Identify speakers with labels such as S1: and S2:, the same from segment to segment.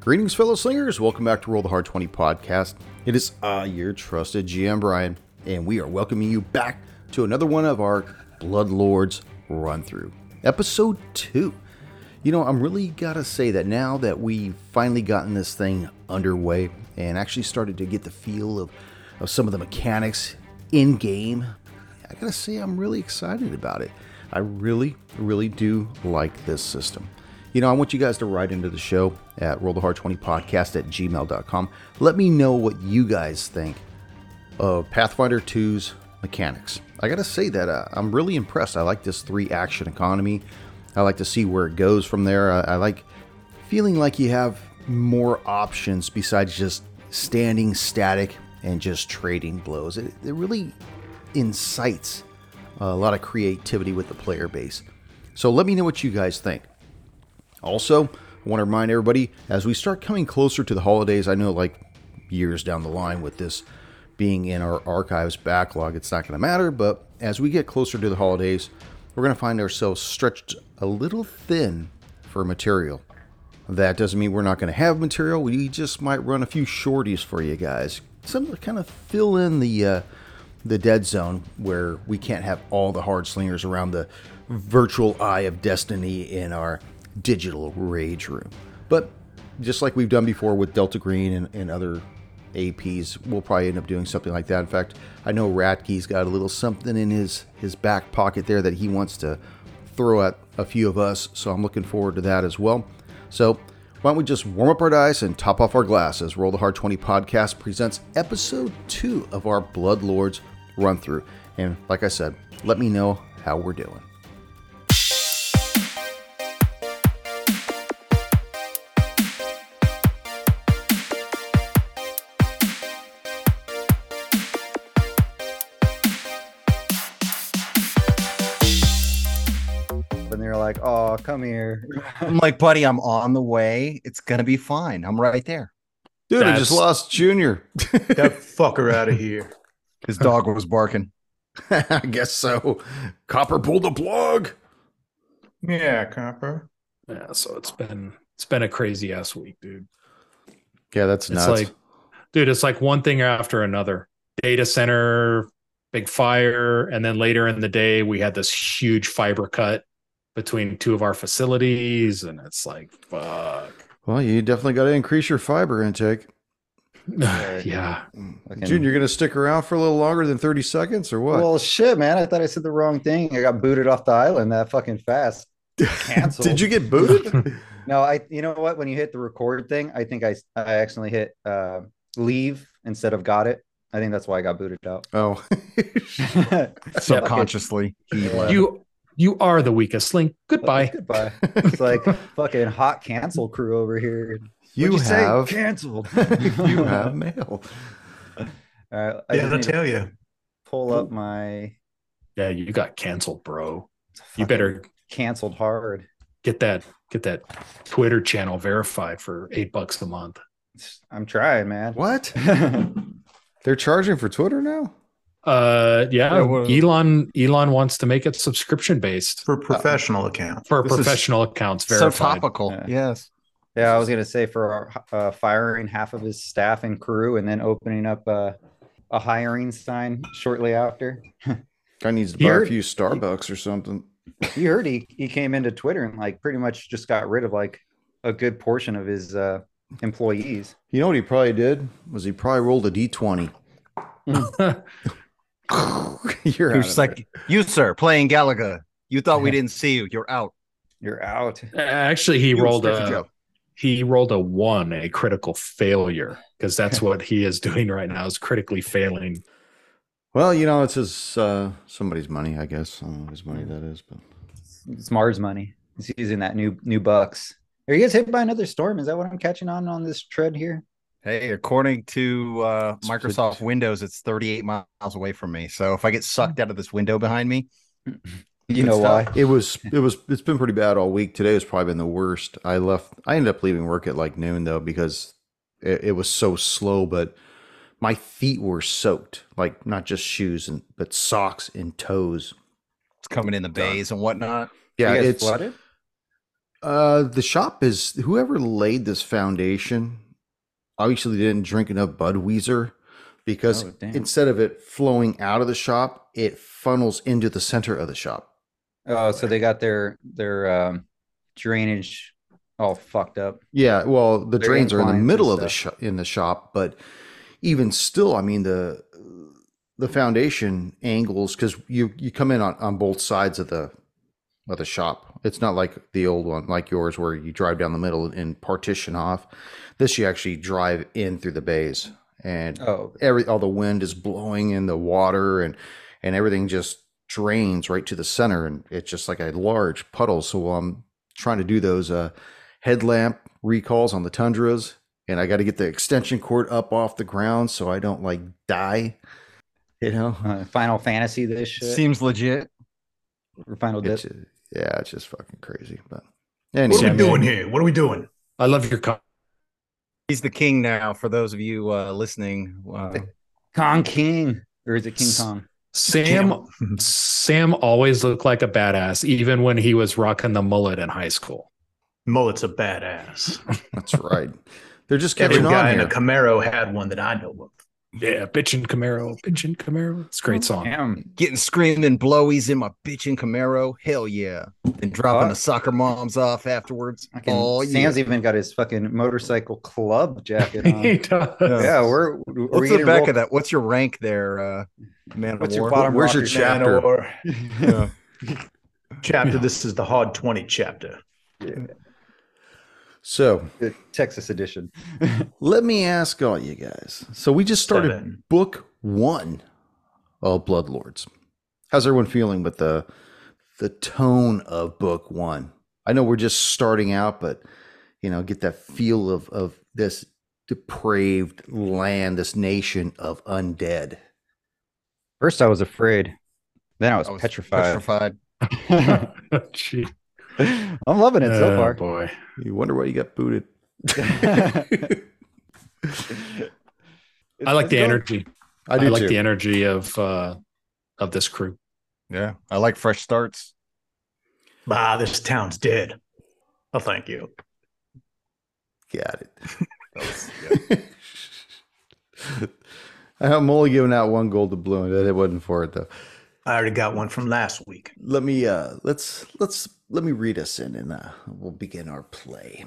S1: Greetings, fellow slingers. Welcome back to Roll the Hard 20 podcast. It is I, your trusted GM, Brian, and we are welcoming you back to another one of our Bloodlords run through, episode two. You know, I'm really gotta say that now that we've finally gotten this thing underway and actually started to get the feel of, of some of the mechanics in game, I gotta say I'm really excited about it. I really, really do like this system. You know, I want you guys to write into the show at rollthehard20podcast at gmail.com. Let me know what you guys think of Pathfinder 2's mechanics. I gotta say that uh, I'm really impressed. I like this three action economy. I like to see where it goes from there. I, I like feeling like you have more options besides just standing static and just trading blows. It, it really incites a lot of creativity with the player base. So let me know what you guys think. Also, I want to remind everybody as we start coming closer to the holidays, I know like years down the line with this being in our archives backlog, it's not going to matter, but as we get closer to the holidays, we're going to find ourselves stretched a little thin for material. That doesn't mean we're not going to have material. We just might run a few shorties for you guys, some to kind of fill in the uh, the dead zone where we can't have all the hard slingers around the virtual eye of destiny in our digital rage room. But just like we've done before with Delta Green and, and other APs, we'll probably end up doing something like that. In fact, I know Ratke's got a little something in his his back pocket there that he wants to throw at a few of us, so I'm looking forward to that as well. So why don't we just warm up our dice and top off our glasses? Roll the Hard 20 podcast presents episode two of our Bloodlords run through. And like I said, let me know how we're doing.
S2: and they're like, "Oh, come here." I'm like, "Buddy, I'm on the way. It's gonna be fine. I'm right there."
S1: Dude, I
S3: That's-
S1: just lost Junior.
S3: That fucker out of here.
S2: His dog was barking.
S1: I guess so. Copper pulled the plug.
S3: Yeah, copper.
S4: Yeah, so it's been it's been a crazy ass week, dude.
S1: Yeah, that's
S4: It's
S1: nuts.
S4: like dude, it's like one thing after another. Data center, big fire, and then later in the day we had this huge fiber cut between two of our facilities and it's like fuck.
S1: well, you definitely got to increase your fiber intake.
S4: yeah.
S2: Fucking-
S1: Junior, you're going to stick around for a little longer than 30 seconds or what?
S2: Well, shit, man. I thought I said the wrong thing. I got booted off the island that fucking fast. Canceled.
S1: Did you get booted?
S2: No, I. You know what? When you hit the record thing, I think I I accidentally hit uh, leave instead of got it. I think that's why I got booted out.
S1: oh.
S2: Subconsciously,
S1: he left.
S4: you you are the weakest link. Goodbye.
S2: Goodbye. It's like fucking hot cancel crew over here.
S1: you,
S2: What'd say?
S1: have
S2: canceled.
S1: you have mail.
S2: All right, I
S3: Yeah,
S2: just
S3: I'll
S2: need to
S3: tell you.
S2: pull up my
S4: Yeah, you got canceled, bro. You better
S2: canceled hard.
S4: get that get that Twitter channel verified for eight bucks a month.
S2: I'm trying, man.
S1: What?
S2: Why
S1: They're charging for Twitter now?
S4: Uh, yeah,
S3: Yeah, well-
S4: Elon Elon wants to make it subscription based
S3: For professional account.
S4: for
S3: This is-
S4: professional accounts.
S5: so
S4: Verified.
S5: topical.
S2: Yeah.
S5: Yes.
S2: Yeah, I was gonna say for uh, firing half of his staff and crew, and then opening up uh, a hiring sign shortly after.
S1: Guy needs to buy
S4: Here-
S1: a few Starbucks or something.
S2: You heard he he came into Twitter and like pretty much just got rid of like a good portion of his uh, employees.
S1: You know what he probably did? Was he probably rolled a D20. You're out
S5: Who's
S1: of
S5: just like, you, sir, playing Galaga. You thought we didn't see you. You're out.
S2: You're out.
S4: Actually, he
S5: You
S4: rolled
S5: expected
S4: a
S5: Joe.
S4: he rolled a one, a critical failure, because that's what he is doing right now is critically failing.
S1: Well, you know, it's his uh, somebody's money, I guess. I don't know whose money that is, but
S2: It's Mars money. He's using that new new bucks. Are you guys hit by another storm? Is that what I'm catching on on this tread here?
S5: Hey, according to uh, Microsoft Windows, it's 38 miles away from me. So if I get sucked out of this window behind me,
S2: You know why?
S1: it was it was it's been pretty bad all week. Today has probably been the worst. I left. I ended up leaving work at like noon though because it, it was so slow. But my feet were soaked, like not just shoes and but socks and toes.
S5: it's coming in the bays and whatnot.
S1: Yeah,
S2: You guys
S1: it's
S2: flooded?
S1: Uh, the shop is whoever laid this foundation obviously didn't drink enough Budweiser because
S2: Oh, damn.
S1: instead of it flowing out of the shop, it funnels into the center of the shop.
S2: Oh, so they got their their um, drainage all fucked up.
S1: Yeah, well, the
S2: Their
S1: drains are in the
S2: inclines and
S1: middle of the shop in the shop, but even still, I mean the the foundation angles because you you come in on, on both sides of the of the shop. It's not like the old one, like yours, where you drive down the middle and partition off. This you actually drive in through the bays, and
S2: Oh,
S1: every all the wind is blowing in the water and and everything just drains right to the center and it's just like a large puddle so while i'm trying to do those uh headlamp recalls on the tundras and i got to get the extension cord up off the ground so i don't like die you know
S2: uh, Final Fantasy, this shit.
S5: Seems legit.
S2: Or Final Dip.
S1: it's, uh, yeah it's just fucking crazy but
S3: What are
S1: anyway
S4: Sam,
S3: we doing here? What are we doing?
S4: I love your cup.
S5: He's the king now. For those of you uh, listening, uh,
S2: Kong King, or is it King
S4: S-
S2: Kong?
S4: Sam Sam always looked like a badass, even when he was rocking the mullet in high school.
S3: Mullet's a badass.
S1: that's right they're just
S3: Every
S1: catching
S3: guy
S1: on
S3: in a
S1: here.
S3: Camaro had one that I know of.
S4: Yeah, bitchin' Camaro, bitchin' Camaro. Oh, It's a great song.
S2: Damn.
S5: getting screaming blowies in my bitchin' Camaro. Hell yeah. Then
S2: Fuck.
S5: dropping the soccer moms off afterwards.
S2: Fucking
S5: Oh, yeah.
S2: Sam's even got his fucking motorcycle club jacket on.
S4: He does.
S2: yeah, we're. we're
S5: What's the
S2: getting
S5: back
S2: roll-
S5: of that? What's your rank there, uh, man? of
S2: What's your
S5: war?
S2: bottom
S1: Where's your
S2: rocker?
S1: chap- Chapter.
S3: Or
S5: Yeah.
S3: chapter.
S4: Yeah.
S3: This is the hard twenty chapter.
S1: so
S2: The Texas edition.
S1: let me ask all you guys so we just started
S3: Seven.
S1: book one of Blood Lords. How's everyone feeling with the the tone of book one? I know we're just starting out, but you know, get that feel of of this depraved land, this nation of undead.
S2: First, I was afraid. Then I was,
S5: I was
S2: petrified.
S5: petrified.
S4: Gee.
S2: I'm loving it so
S4: Oh,
S2: far.
S4: boy.
S1: You wonder why you got booted.
S4: I like the energy.
S1: I
S4: I,
S1: do
S4: like
S1: too.
S4: the energy of uh of this crew.
S5: Yeah. I like fresh starts.
S3: Ah, this town's dead. Oh, thank you.
S1: got it.
S5: That was- yeah.
S1: I'm only giving out one gold to Blue, and it wasn't for it though.
S3: I already got one from last week.
S1: let me uh let's let's let me read us in and uh we'll begin our play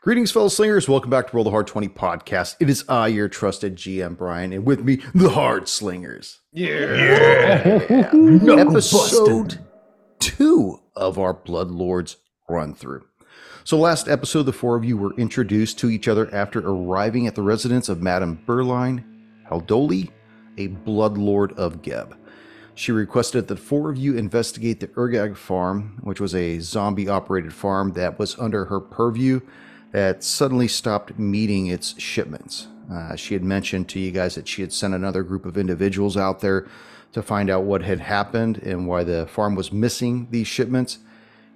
S1: greetings fellow slingers welcome back to roll the hard 20 podcast it is i your trusted gm brian and with me the hard slingers
S3: Knuckle
S1: episode
S3: busting.
S1: two of our Blood Lords run through. So, last episode, the four of you were introduced to each other after arriving at the residence of Madame Berline Haldoli, a Blood Lord of Geb. She requested that the four of you investigate the Urgag farm, which was a zombie operated farm that was under her purview that suddenly stopped meeting its shipments. Uh, she had mentioned to you guys that she had sent another group of individuals out there to find out what had happened and why the farm was missing these shipments,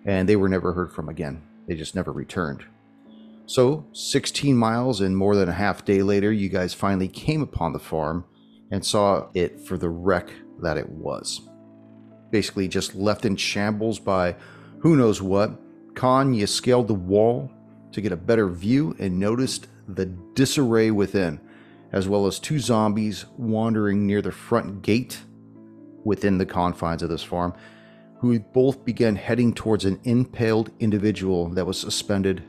S1: and they were never heard from again. They just never returned. So, 16 miles and more than a half day later, you guys finally came upon the farm and saw it for the wreck that it was. Basically, just left in shambles by who knows what. Khan, you scaled the wall to get a better view and noticed the disarray within, as well as two zombies wandering near the front gate within the confines of this farm, who both began heading towards an impaled individual that was suspended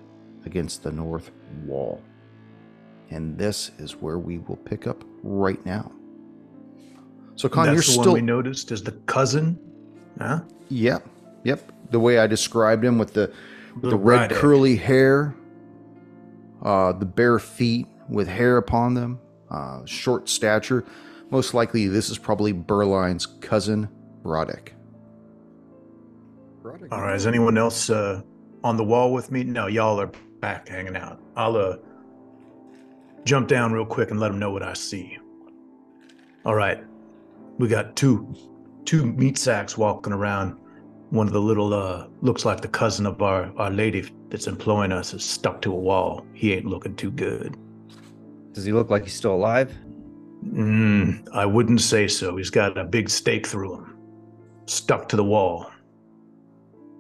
S1: against the north wall. And this is where we will pick up right now. So, Con,
S3: That's
S1: you're
S3: the
S1: still.
S3: one we noticed is the cousin. Huh?
S1: Yep, yep. The way I described him with the with the
S3: Little
S1: red
S3: redhead.
S1: curly hair, uh, the bare feet with hair upon them, uh, short stature. Most likely, this is probably Berline's cousin, Roddick.
S3: All right. Is anyone else uh, on the wall with me? No, y'all are back hanging out. I'll uh, jump down real quick and let them know what I see. All right. We got two two meat sacks walking around. One of the little uh, looks like the cousin of our our lady that's employing us is stuck to a wall. He ain't looking too good.
S2: Does he look like he's still alive?
S3: Mm, I wouldn't say so. He's got a big stake through him, stuck to the wall,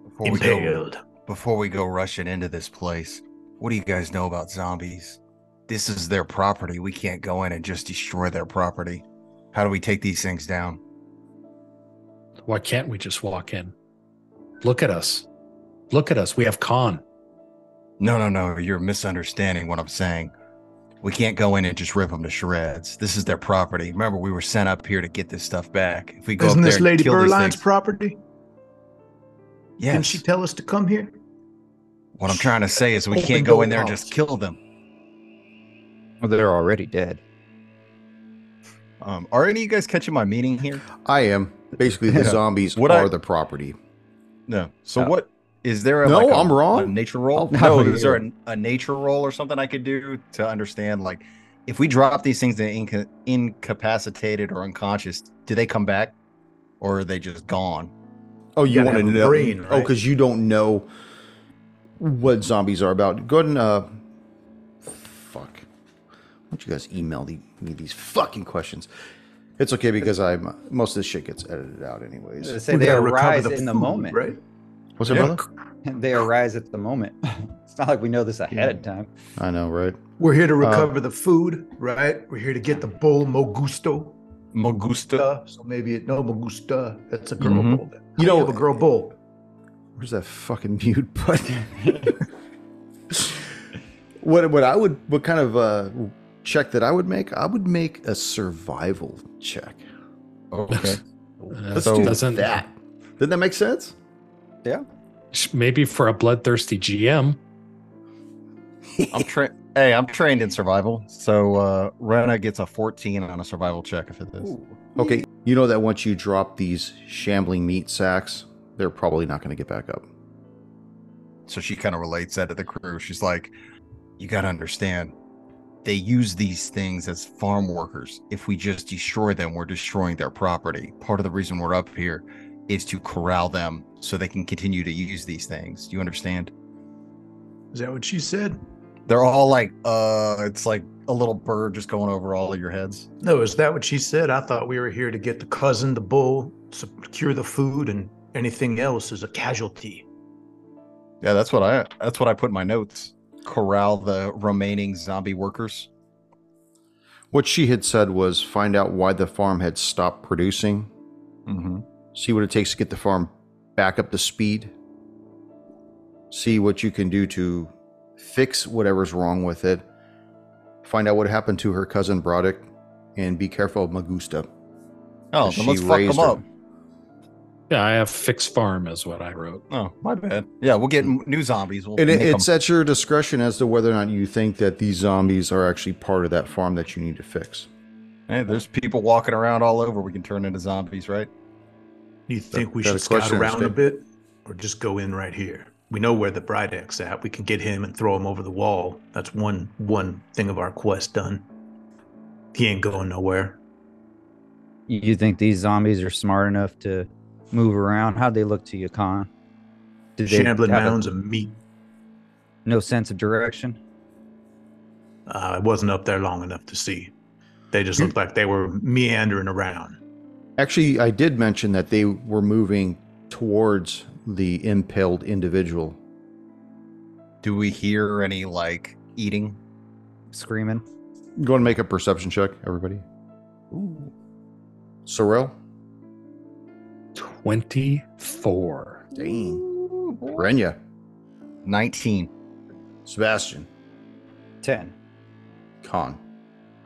S5: Before we go-
S3: impaled.
S5: before we go rushing into this place, what do you guys know about zombies? This is their property. We can't go in and just destroy their property. How do we take these things down?
S4: Why can't we just walk in? Look at us. Look at us. We have con.
S5: No, no, no. You're misunderstanding what I'm saying. We can't go in and just rip them to shreds. This is their property. Remember, we were sent up here to get this stuff back. If we go
S3: Isn't
S5: up there
S3: this
S5: and
S3: Lady
S5: kill these
S3: Burline's
S5: things-
S3: property?
S5: yes.
S3: Didn't she tell us to come here?
S5: what I'm trying to say is we
S3: Open
S5: can't go
S3: door
S5: in there and just
S3: policy.
S5: kill them.
S2: Well, they're already dead.
S5: Um, are any of you guys catching my meaning here?
S1: I am. Basically, the
S5: Yeah.
S1: zombies
S5: What
S1: are
S5: I-
S1: the property.
S5: No. So
S2: No.
S5: what is there? A,
S1: No,
S5: like a-
S1: I'm wrong. Oh,
S5: a nature roll?
S2: No,
S5: No, is there
S2: you're-
S5: a, a nature roll or something I could do to understand? Like, if we drop these things in inca- incapacitated or unconscious, do they come back, or are they just gone?
S1: Oh, you
S3: gotta
S1: want to
S3: have a
S1: know?
S3: brain,
S1: Oh,
S3: right?
S1: because you don't know what zombies are about. Go ahead and uh, fuck. Why don't you guys email the, me these fucking questions? It's okay because I most of this shit gets edited out anyways.
S2: Say
S3: We
S2: they
S3: gotta recover
S2: arise in the
S3: food,
S2: moment.
S3: right?
S1: What's up,
S5: Yeah.
S1: brother?
S2: They arise at the moment. it's not like we know this ahead of time.
S1: I know, right?
S3: We're here to
S1: Uh,
S3: recover the food, right? We're here to get the bowl mogusto.
S5: Mogusta.
S3: Uh, so maybe it, no mogusta. That's a girl
S5: Mhm.
S3: bowl. Then.
S1: Mm-hmm. You
S3: How do
S1: know-
S3: have a girl bowl.
S1: Where's that fucking mute button? what what I would what kind of uh check that I would make? I would make a survival check.
S5: Okay.
S1: Let's
S4: Uh,
S1: do
S4: doesn't-
S1: that. Didn't that make sense?
S4: Maybe for a bloodthirsty GM.
S5: I'm tra- Hey, I'm trained in survival, so uh, Rena gets a 14 on a survival check if it is.
S1: Okay, you know that once you drop these shambling meat sacks, they're probably not going to get back up.
S5: So she kind of relates that to the crew. She's like, you got to understand, they use these things as farm workers. If we just destroy them, we're destroying their property. Part of the reason we're up here is to corral them so they can continue to use these things. Do you understand?
S3: Is that what she said?
S5: They're all like, uh, it's like a little bird just going over all of your heads.
S3: No, is that what she said? I thought we were here to get the cousin, the bull, secure the food, and anything else is a casualty.
S5: Yeah, that's what I that's what I put in my notes. Corral the remaining zombie workers.
S1: What she had said was find out why the farm had stopped producing,
S5: Mm-hmm.
S1: see what it takes to get the farm back up to speed, see what you can do to fix whatever's wrong with it, find out what happened to her cousin Broderick, and be careful of Magusta.
S5: Oh,
S1: She
S5: then let's fuck
S1: raised
S5: them
S1: her.
S5: up.
S4: Yeah, I have fixed farm is what I wrote.
S5: Oh, my bad. Mm. Yeah, we'll get m- new zombies. We'll
S1: And it,
S5: make 'em-
S1: it's at your discretion as to whether or not you think that these zombies are actually part of that farm that you need to fix.
S5: Hey, there's people walking around all over. We can turn into zombies, right?
S3: Do you think we
S1: Got a
S3: should scout
S1: question,
S3: around a
S1: Steve?
S3: bit, or just go in right here? We know where the Brydek's at. We can get him and throw him over the wall. That's one one thing of our quest done. He ain't going nowhere.
S2: You you think these zombies are smart enough to move around? How'd they look to you, Khan? Did they
S3: Shambling
S2: have a-
S3: mounds of meat.
S2: no sense of direction?
S3: Uh, I wasn't up there long enough to see. They just looked like they were meandering around.
S1: Actually, I did mention that they were moving towards the impaled individual.
S5: Do we hear any like eating?
S2: Screaming.
S1: Go and make a perception check, everybody. Sorrel?
S4: 24.
S1: Dang. Renya.
S5: 19.
S1: Sebastian.
S2: Ten.
S1: Khan.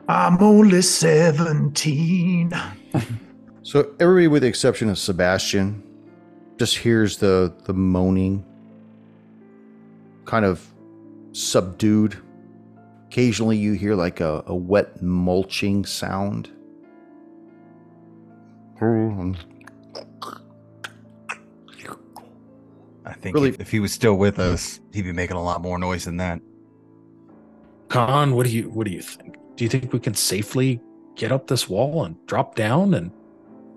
S3: I'm only seventeen.
S1: So everybody with the exception of Sebastian just hears the the moaning kind of subdued. Occasionally you hear like a, a wet mulching sound.
S5: I think
S1: Really-
S5: if, if he was still with us, he'd be making a lot more noise than that.
S4: Con, what do you what do you think? Do you think we can safely get up this wall and drop down and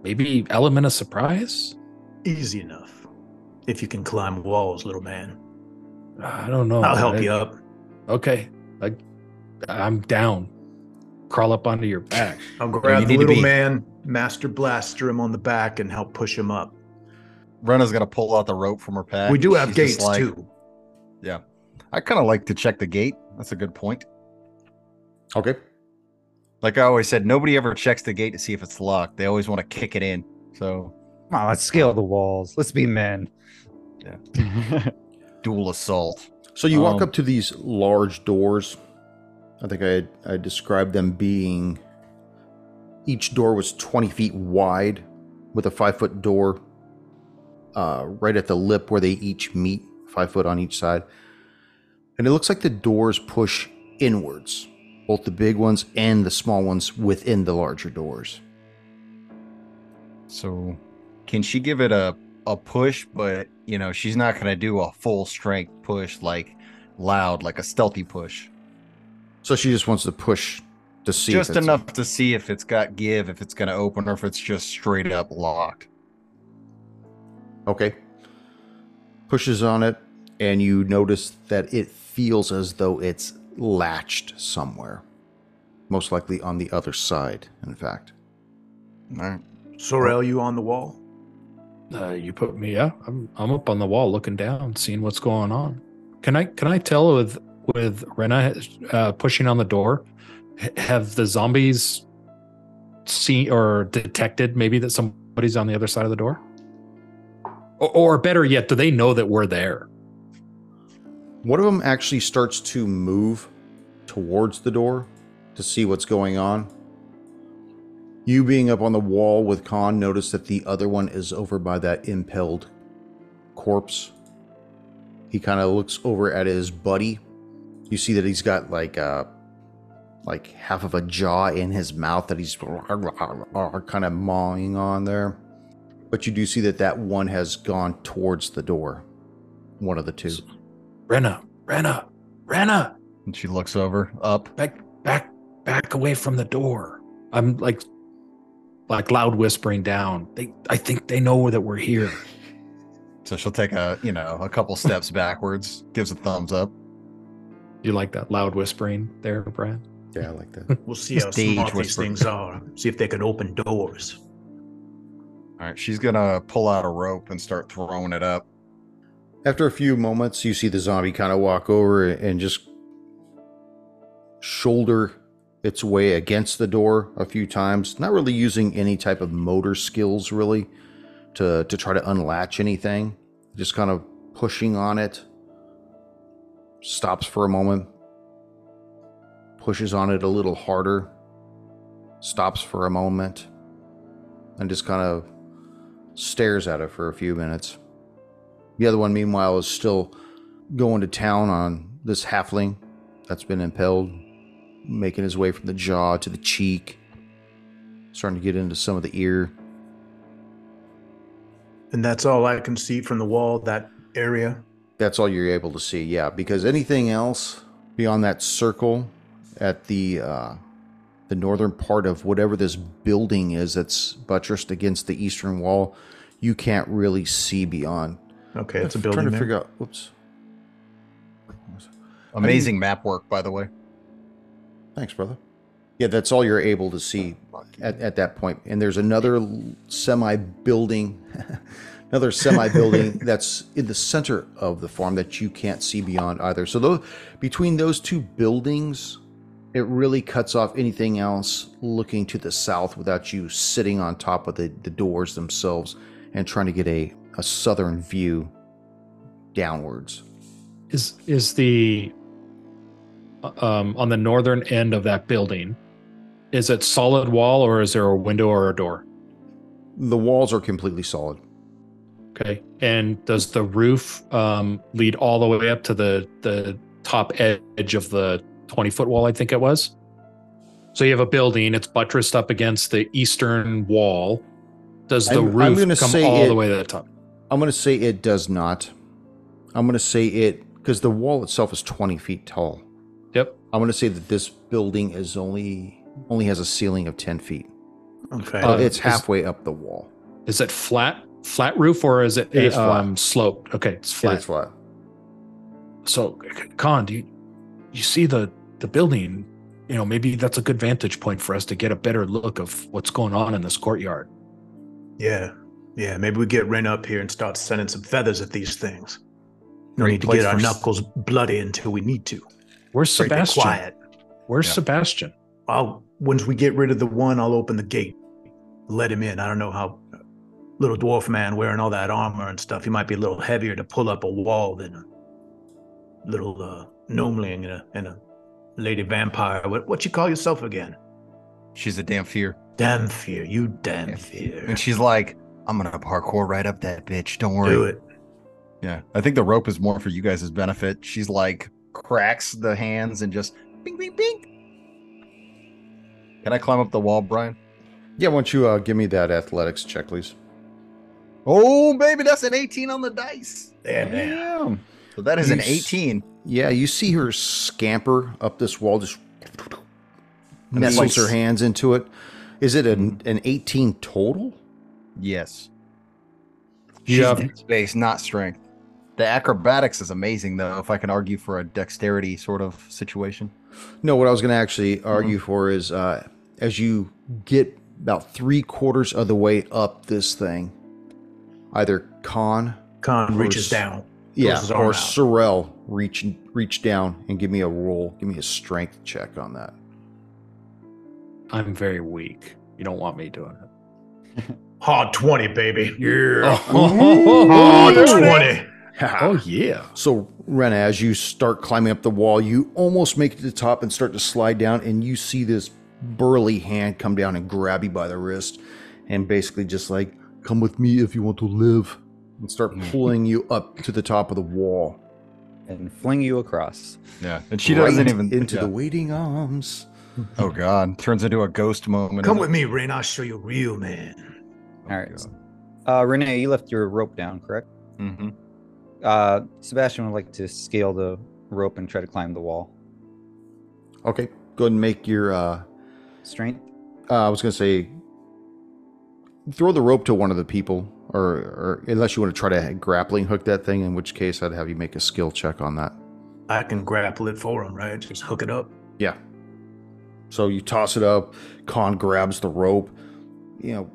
S4: maybe element a surprise?
S3: Easy enough. If you can climb walls, little man.
S4: I don't know.
S3: I'll help
S4: I-
S3: you up.
S4: Okay. I I'm down. Crawl up onto your back.
S3: I'll
S5: you
S3: grab the
S5: need to
S3: little
S5: be-
S3: man, master blaster him on the back, and help push him up.
S5: Rena's gonna pull out the rope from her pack.
S3: we
S5: and
S3: do have
S5: Uh, she's just
S3: gates
S5: like-
S3: too.
S5: I kind of like to check the gate. That's a good point.
S1: Okay.
S5: Like I always said, nobody ever checks the gate to see if it's locked. They always want to kick it in. So
S2: Come on, let's scale the walls. Let's be men. Yeah.
S5: dual assault.
S1: So you walk
S5: Um,
S1: up to these large doors. I think I had, I described them being each door was 20 feet wide with a five foot door uh, right at the lip where they each meet, five foot on each side. And it looks like the doors push inwards, both the big ones and the small ones within the larger doors.
S5: So can she give it a a push? But you know she's not gonna do a full strength push like loud, like a stealthy push.
S1: So she just wants to push to see. if
S5: just
S1: it's-
S5: enough to see if it's got give, if it's gonna open, or if it's just straight up locked.
S1: Okay. Pushes on it, and you notice that it feels as though it's latched somewhere. Most likely on the other side, in fact.
S5: All right.
S3: Sorrel, you on the wall?
S4: Uh, you put me yeah. I'm I'm up on the wall looking down, seeing what's going on. Can I can I tell with with Rena uh, pushing on the door? h- Have the zombies seen or detected maybe that somebody's on the other side of the door? Or, or better yet, do they know that we're there?
S1: One of them actually starts to move towards the door to see what's going on. You being up on the wall with Khan, notice that the other one is over by that impaled corpse. He kind of looks over at his buddy. You see that he's got like uh like half of a jaw in his mouth that he's kind of mawing on there. But you do see that that one has gone towards the door. One of the two.
S4: Rena, Rena, Rena.
S5: And she looks over, up.
S4: back back back away from the door i'm like like loud whispering down they i think they know that we're here
S5: So she'll take a you know a couple steps backwards, gives a thumbs up.
S4: you like that loud whispering there brad
S1: Yeah, I like that.
S3: We'll see how
S5: Stage
S3: smart these
S5: whisper.
S3: things are. See if they can open doors.
S5: All right, she's gonna pull out a rope and start throwing it up.
S1: After a few moments, you see the zombie kind of walk over and just shoulder its way against the door a few times, not really using any type of motor skills really to to try to unlatch anything, just kind of pushing on it. Stops for a moment. Pushes on it a little harder. Stops for a moment and just kind of stares at it for a few minutes. The other one, meanwhile, is still going to town on this halfling that's been impaled, making his way from the jaw to the cheek, starting to get into some of the ear.
S3: And that's all I can see from the wall, that area.
S1: That's all you're able to see, yeah, because anything else beyond that circle at the uh, the northern part of whatever this building is that's buttressed against the eastern wall, you can't really see beyond.
S3: Okay, it's a
S1: I'm
S3: building.
S1: Trying to
S3: there.
S1: figure out. Whoops.
S5: Amazing map work, by the way.
S1: Thanks, brother. Yeah, that's all you're able to see at, at that point. And there's another semi building, another semi building that's in the center of the farm that you can't see beyond either. So, those, between those two buildings, it really cuts off anything else looking to the south without you sitting on top of the, the doors themselves and trying to get a, a southern view downwards.
S4: is is the um on the northern end of that building is it solid wall or is there a window or a door
S1: The walls are completely solid.
S4: okay and does the roof um lead all the way up to the the top edge of the 20 foot wall i think it was so you have a building it's buttressed up against the eastern wall does the
S1: I'm- I'm
S4: roof
S1: gonna
S4: come
S1: say
S4: all
S1: it-
S4: the way to the top
S1: I'm going to say it does not. I'm going to say it because the wall itself is 20 feet tall.
S4: yep
S1: I'm going to say that this building is only only has a ceiling of 10 feet.
S3: Okay.
S1: Uh,
S4: Uh,
S1: it's
S4: is-
S1: halfway up the wall.
S4: is it flat flat roof or is it,
S1: It is flat.
S4: um sloped okay it's
S1: It
S4: flat
S1: is flat.
S4: so Khan, do you you see the the building you know maybe that's a good vantage point for us to get a better look of what's going on in this courtyard
S3: yeah. Yeah. Maybe we get Ren up here and start sending some feathers at these things. No
S5: Great
S3: need to
S5: place
S3: get our
S5: for s-
S3: knuckles bloody until we need to.
S4: Where's
S3: Great to
S4: Sebastian?
S3: quiet.
S4: Where's
S5: Yeah.
S4: Sebastian?
S3: I'll once we get rid of the one, I'll open the gate, let him in. I don't know how little dwarf man wearing all that armor and stuff. He might be a little heavier to pull up a wall than a little uh, gnomeling and a, and a lady vampire. What what you call yourself again?
S5: She's a damn fear.
S3: Damn fear, you damn
S5: Yeah.
S3: fear.
S5: And she's like, I'm gonna parkour right up that bitch. Don't worry.
S3: Do it.
S5: Yeah. I think the rope is more for you guys' benefit. She's like cracks the hands and just bing bing bing. Can I climb up the wall, Brian?
S1: Yeah, why don't you uh, give me that athletics check, please?
S5: Oh baby, that's an 18 on the dice.
S3: Damn, damn.
S1: Damn.
S5: So that is an
S1: You s-
S5: 18.
S1: Yeah, you see her scamper up this wall, just
S5: that's
S1: nestles
S5: like-
S1: her hands into it. Is it an, an 18 total?
S5: Yes. She's
S4: Yeah.
S5: dex based, not strength. The acrobatics is amazing though, if I can argue for a dexterity sort of situation.
S1: No, what I was going to actually argue for is uh, as you get about three quarters of the way up this thing, either Khan,
S3: Khan
S1: Bruce.
S3: reaches down.
S1: yeah,
S3: his arm
S1: or
S3: out.
S1: Sorel reach reach down and give me a roll, give me a strength check on that.
S4: I'm very weak. You don't want me doing it.
S3: Hard 20, baby. Yeah.
S4: Oh,
S3: Hard 20.
S4: oh yeah.
S1: So, Rena, as you start climbing up the wall, you almost make it to the top and start to slide down, and you see this burly hand come down and grab you by the wrist and basically just like, come with me if you want to live, and start
S5: Mm-hmm.
S1: pulling you up to the top of the wall.
S2: and fling you across.
S5: Yeah. And she
S1: Right
S5: doesn't even
S1: Into the
S5: yeah.
S1: waiting arms.
S5: Oh god. Turns into a ghost moment. Oh,
S3: Come with me, Rain. I'll show you a real man.
S2: All right. Uh, Renee, you left your rope down, correct?
S5: Mm-hmm.
S2: Uh, Sebastian would like to scale the rope and try to climb the wall.
S1: Okay, go ahead and make your, uh,
S2: Strength.
S1: uh, I was going to say, throw the rope to one of the people, or, or unless you want to try to grappling hook that thing, in which case I'd have you make a skill check on that.
S3: I can grapple it for him, right? Just hook it up.
S1: Yeah. So you toss it up. Khan grabs the rope, you know,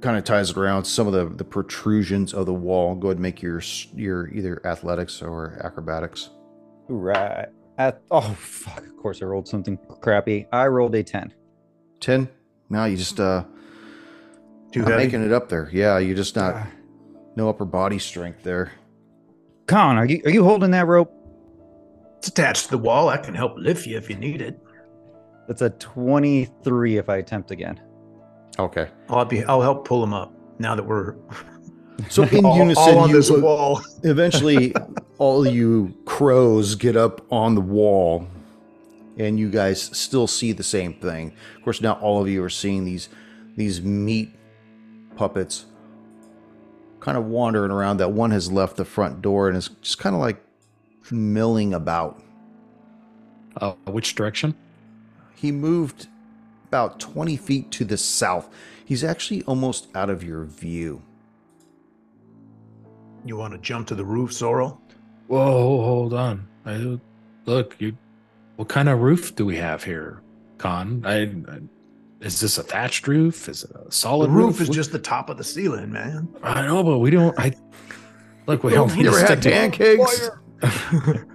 S1: kind of ties it around some of the, the protrusions of the wall. Go ahead and make your s- your either athletics or acrobatics.
S2: Right. At, oh fuck! Of course, I rolled something crappy. I rolled a ten.
S1: Ten. No, you just uh,
S3: Do
S1: not
S3: that.
S1: making it up there. Yeah, you just
S3: Ah.
S1: not no upper body strength there.
S2: Con, are you are you holding that rope?
S3: It's attached to the wall. I can help lift you if you need it.
S2: That's a twenty-three. If I attempt again,
S1: Okay.
S3: I'll be. I'll help pull him up. Now that we're
S1: So in
S3: all,
S1: unison,
S3: all on
S1: you
S3: this
S1: look-
S3: wall,
S1: Eventually, all you crows get up on the wall, and you guys still see the same thing. Of course, now all of you are seeing these these meat puppets kind of wandering around. That one has left the front door and is just kind of like milling about.
S4: Uh, which direction?
S1: He moved about 20 feet to the south. He's actually almost out of your view.
S3: you want to jump to the roof, Sorrel?
S4: Whoa, hold on. I, look, you. What kind of roof do we have here, Con? I, I- is this a thatched roof? Is it a
S3: The
S4: solid
S3: roof is
S4: What-
S3: just the top of the ceiling, man.
S4: I know, but we don't. I look. We don't
S1: You
S4: need to
S1: ever
S4: stick
S1: had
S4: to.
S1: pancakes?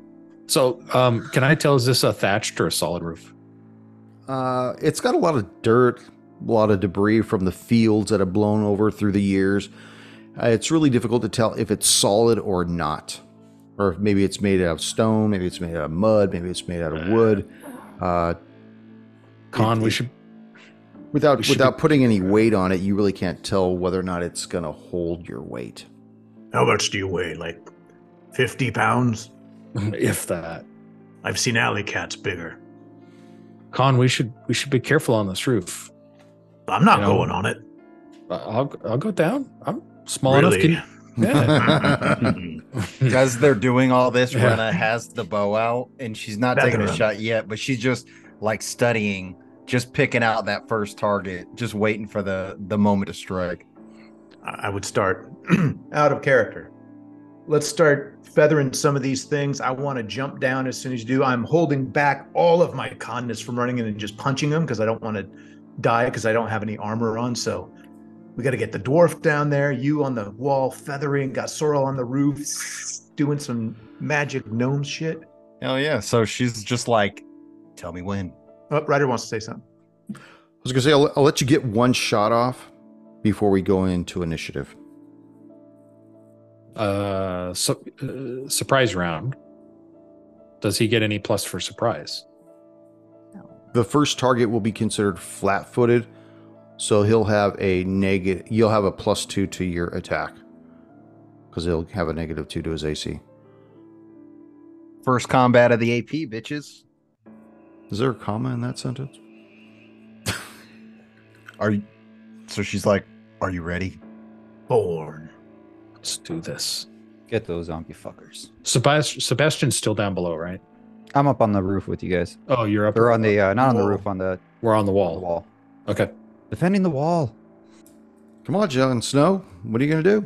S4: So, um, can I tell? Is this a thatched or a solid roof?
S1: Uh, it's got a lot of dirt, a lot of debris from the fields that have blown over through the years. Uh, it's really difficult to tell if it's solid or not. Or if maybe it's made out of stone, maybe it's made out of mud, maybe it's made out of wood. Uh,
S4: Con, we should.
S1: without
S4: We should
S1: without putting any weight on it, you really can't tell whether or not it's going to hold your weight.
S3: How much do you weigh? Like fifty pounds?
S4: If that,
S3: I've seen alley cats bigger.
S4: Con, we should we should be careful on this roof.
S3: I'm not
S4: You know,
S3: going on it.
S4: I- I'll I'll go down. I'm small
S3: Really?
S4: enough. Can, yeah. yeah.
S5: As they're doing all this,
S4: Yeah.
S5: Rena has the bow out and she's not
S3: Back
S5: taking
S3: it
S5: a
S3: up.
S5: shot yet, but she's just like studying, just picking out that first target, just waiting for the the moment to strike.
S3: I I would start out of character. Let's start feathering some of these things. I want to jump down as soon as you do. I'm holding back all of my kindness from running in and just punching them because I don't want to die because I don't have any armor on. So we got to get the dwarf down there, you on the wall feathering, got Sorrel on the roof. doing some magic gnome shit?
S5: Hell yeah. So she's just like, tell me when.
S3: Oh, Ryder wants to say something.
S1: I was gonna say I'll, I'll let you get one shot off before we go into initiative.
S4: Uh, su- uh, surprise round. Does he get any plus for surprise?
S1: The first target will be considered flat-footed, so he'll have a negative. You'll have a plus two to your attack because he'll have a negative two to his AC.
S5: First combat of the AP, bitches.
S1: Is there a comma in that sentence?
S5: Are you? So she's like, are you ready?
S3: Born.
S4: Let's do this.
S2: Get those zombie fuckers.
S4: Sebast- Sebastian's still down below, right?
S2: I'm up on the roof with you guys.
S4: Oh, you're up.
S2: They're on the uh, not on the
S3: Wall.
S2: roof on the,
S4: We're on the
S2: on the
S4: wall.
S2: wall.
S4: Okay.
S2: Defending the wall.
S1: Come on, Jon Snow. What are you gonna do?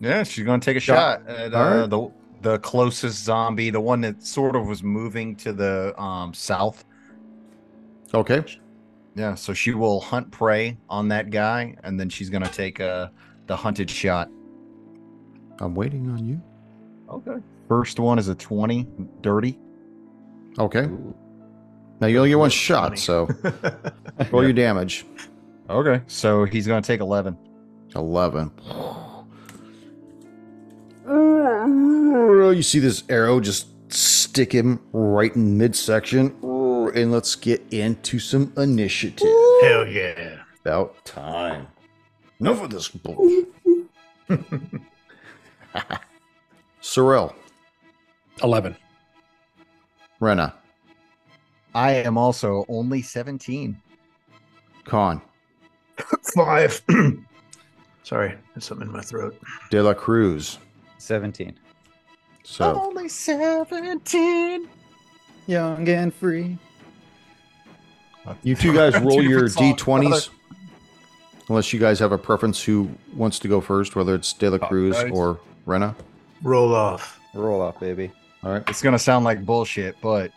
S5: Yeah, she's gonna take a
S1: Shot.
S5: shot at
S1: All
S5: uh,
S1: right.
S5: the the closest zombie, the one that sort of was moving to the um south.
S1: Okay.
S5: Yeah, so she will hunt prey on that guy, and then she's gonna take uh the hunted shot.
S1: I'm waiting on you.
S5: Okay. First one is a twenty, dirty.
S1: Okay. Now you only get one shot,
S3: Funny.
S1: so roll your damage.
S5: Okay. So he's gonna take eleven.
S1: 11. You see this arrow just stick him right in midsection. And let's get into some initiative.
S3: Hell yeah.
S1: About time. Enough of this bull. Sorrel,
S4: Eleven.
S1: Rena,
S5: I am also only seventeen.
S1: Khan,
S3: Five. Sorry, had something in my throat.
S1: De La Cruz.
S2: 17.
S1: So,
S5: only seventeen.
S2: Young and free.
S1: you two guys roll
S5: Two
S1: your
S5: different songs,
S1: d20s. Unless you guys have a preference who wants to go first, whether it's De La Cruz
S5: nice.
S1: or Rena.
S3: Roll off.
S2: Roll off, baby.
S1: All right.
S5: It's gonna sound like bullshit, but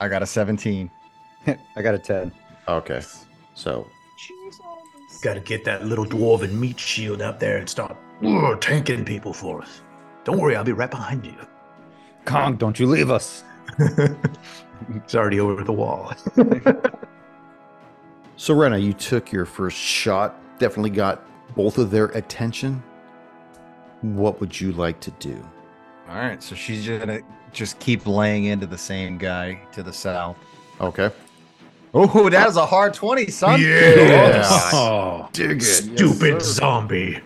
S5: I got a seventeen.
S2: I got a 10.
S1: Okay. So
S3: Got to get that little dwarven meat shield out there and start ugh, tanking people for us. Don't worry, I'll be right behind you.
S2: Kong, don't you leave us.
S3: it's already over the wall.
S1: So, Rena, you took your first shot, definitely got both of their attention. What would you like to do?
S5: All right, so she's just gonna just keep laying into the same guy to the south.
S1: Okay.
S5: Oh, that is a hard twenty, son.
S3: Yes.
S4: Oh,
S1: Dig
S3: Stupid zombie.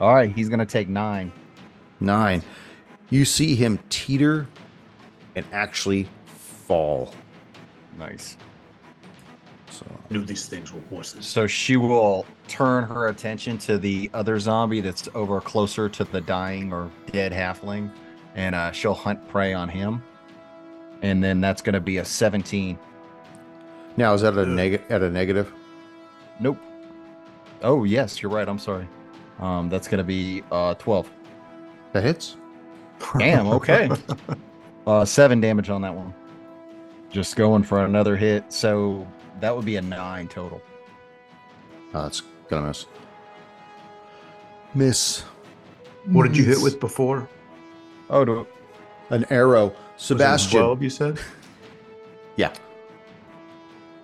S5: All right, he's gonna take nine.
S1: Nine. You see him teeter and actually fall.
S5: Nice.
S1: So,
S3: Knew these things were horses.
S5: So she will turn her attention to the other zombie that's over closer to the dying or dead halfling, and uh, she'll hunt prey on him. And then that's gonna be a seventeen.
S1: now is that a neg- at a negative?
S5: Nope. Oh yes, you're right. I'm sorry. Um, that's gonna be uh twelve.
S1: That hits.
S5: Damn, okay. uh, seven damage on that one. Just going for another hit. So that would be a nine total.
S1: Oh, that's gonna miss. Miss.
S3: What did you hit with before?
S5: Oh, do
S1: An arrow.
S3: Was it
S1: Sebastian.
S3: 12, you said?
S1: Yeah.